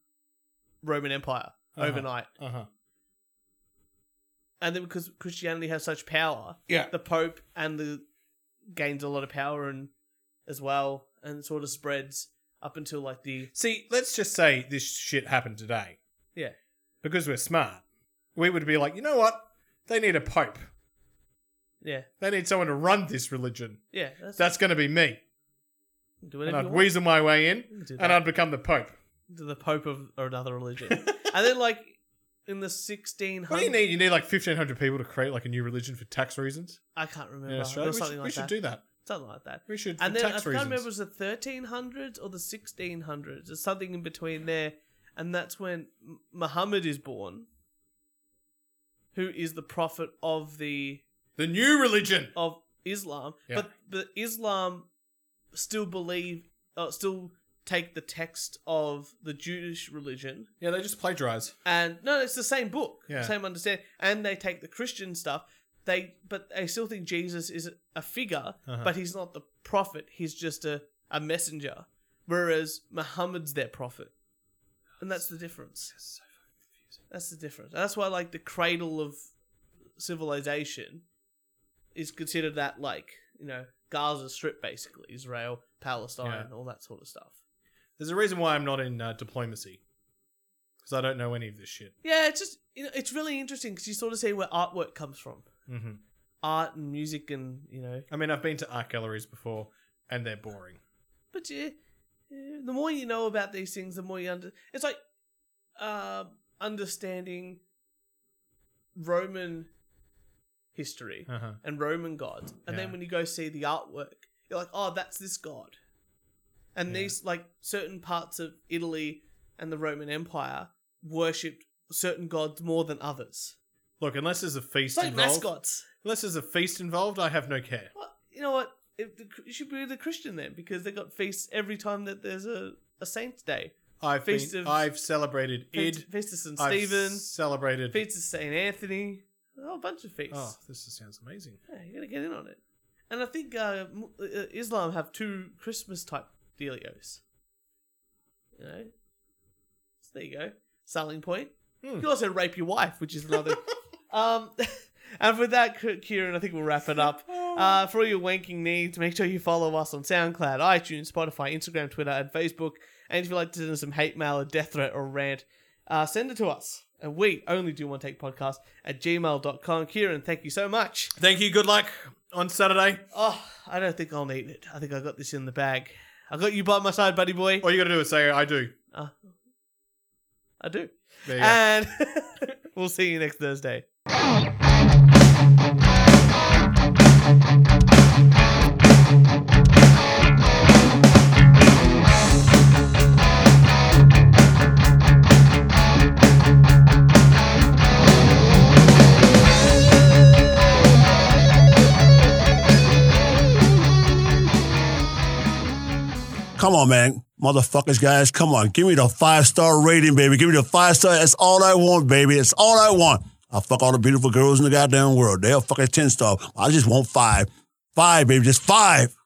Speaker 2: Roman Empire
Speaker 1: Uh-huh.
Speaker 2: overnight.
Speaker 1: Uh-huh.
Speaker 2: And then because Christianity has such power,
Speaker 1: Yeah.
Speaker 2: the Pope and the gains a lot of power and as well, and sort of spreads up until like the
Speaker 1: See, let's just say this shit happened today.
Speaker 2: yeah
Speaker 1: Because we're smart. We would be like, you know what? They need a pope.
Speaker 2: yeah
Speaker 1: They need someone to run this religion.
Speaker 2: yeah that's,
Speaker 1: That's going to be me.
Speaker 2: do
Speaker 1: And
Speaker 2: whatever
Speaker 1: I'd
Speaker 2: you want
Speaker 1: weasel my way in,
Speaker 2: do that.
Speaker 1: and I'd become the pope.
Speaker 2: to the Pope of or another religion,
Speaker 1: <laughs>
Speaker 2: and then like in the 1600s,
Speaker 1: What do you need? You need like fifteen hundred people to create like a new religion for tax reasons
Speaker 2: I can't remember.
Speaker 1: in
Speaker 2: There
Speaker 1: Australia.
Speaker 2: was
Speaker 1: We
Speaker 2: something
Speaker 1: should,
Speaker 2: like
Speaker 1: we should
Speaker 2: that.
Speaker 1: do that.
Speaker 2: something like that.
Speaker 1: We should. For
Speaker 2: and then I
Speaker 1: tax
Speaker 2: can't
Speaker 1: reasons.
Speaker 2: remember if it was the 1300s or the 1600s. There's something in between there, and that's when M- Muhammad is born, who is the prophet of the
Speaker 1: the new religion.
Speaker 2: of Islam.
Speaker 1: Yeah.
Speaker 2: But but Islam still believe, uh, still take the text of the Jewish religion,
Speaker 1: Yeah, they just plagiarize.
Speaker 2: and no, it's the same book,
Speaker 1: Yeah.
Speaker 2: same understand, and they take the Christian stuff. They but they still think Jesus is a figure,
Speaker 1: Uh-huh.
Speaker 2: but he's not the prophet. He's just a a messenger. Whereas Muhammad's their prophet, and that's the difference. That's the difference. And that's why like the cradle of civilization is considered that like you know Gaza Strip basically Israel Palestine all that sort of stuff.
Speaker 1: There's a reason why I'm not in uh, diplomacy because I don't know any of this shit.
Speaker 2: Yeah, it's just you know it's really interesting because you sort of see where artwork comes from.
Speaker 1: hmm
Speaker 2: art and music and you know
Speaker 1: I mean, I've been to art galleries before, and they're boring.
Speaker 2: but yeah, yeah, the more you know about these things the more you under it's like uh, understanding roman history
Speaker 1: Uh huh.
Speaker 2: and roman gods and then
Speaker 1: Yeah.
Speaker 2: when you go see the artwork you're like oh that's this god and
Speaker 1: Yeah.
Speaker 2: these like certain parts of italy and the roman empire worshipped certain gods more than others
Speaker 1: Look, unless there's a feast
Speaker 2: it's like
Speaker 1: involved,
Speaker 2: mascots
Speaker 1: unless there's a feast involved, I have no care.
Speaker 2: Well, you know what? If the, you should be the Christian then, because they got feasts every time that there's a, a saint's day.
Speaker 1: I've
Speaker 2: Feast
Speaker 1: been,
Speaker 2: of-
Speaker 1: I've celebrated
Speaker 2: Feast,
Speaker 1: Id.
Speaker 2: feast of St.
Speaker 1: I've
Speaker 2: Stephen,
Speaker 1: celebrated.
Speaker 2: feast of St. Anthony, a whole bunch of feasts.
Speaker 1: Oh, this just sounds amazing.
Speaker 2: Yeah, you got to get in on it. And I think uh, Mu- uh, Islam have two Christmas type dealios. You know? So there you go. Selling point.
Speaker 1: Hmm.
Speaker 2: You can also rape your wife, which is another. <laughs> um, and with that, K- Kieran, I think we'll wrap it up. Uh, for all your wanking needs, make sure you follow us on SoundCloud, iTunes, Spotify, Instagram, Twitter, and Facebook. And if you'd like to send us some hate mail, a death threat, or rant, uh, send it to us. And we only do one take podcast at gmail.com. Kieran, thank you so much.
Speaker 1: Thank you. Good luck on Saturday.
Speaker 2: Oh, I don't think I'll need it. I think I got this in the bag. I got you by my side, buddy boy.
Speaker 1: Oh, All you got to do is say, I do.
Speaker 2: Uh, I do.
Speaker 1: There you go.
Speaker 2: And <laughs> We'll see you next Thursday.
Speaker 5: Come on, man. Motherfuckers, guys, come on. Give me the five star rating, baby. Give me the five star. That's all I want, baby. That's all I want. I fuck all the beautiful girls in the goddamn world. They'll fuck a 10 star. I just want five. Five, baby. Just five.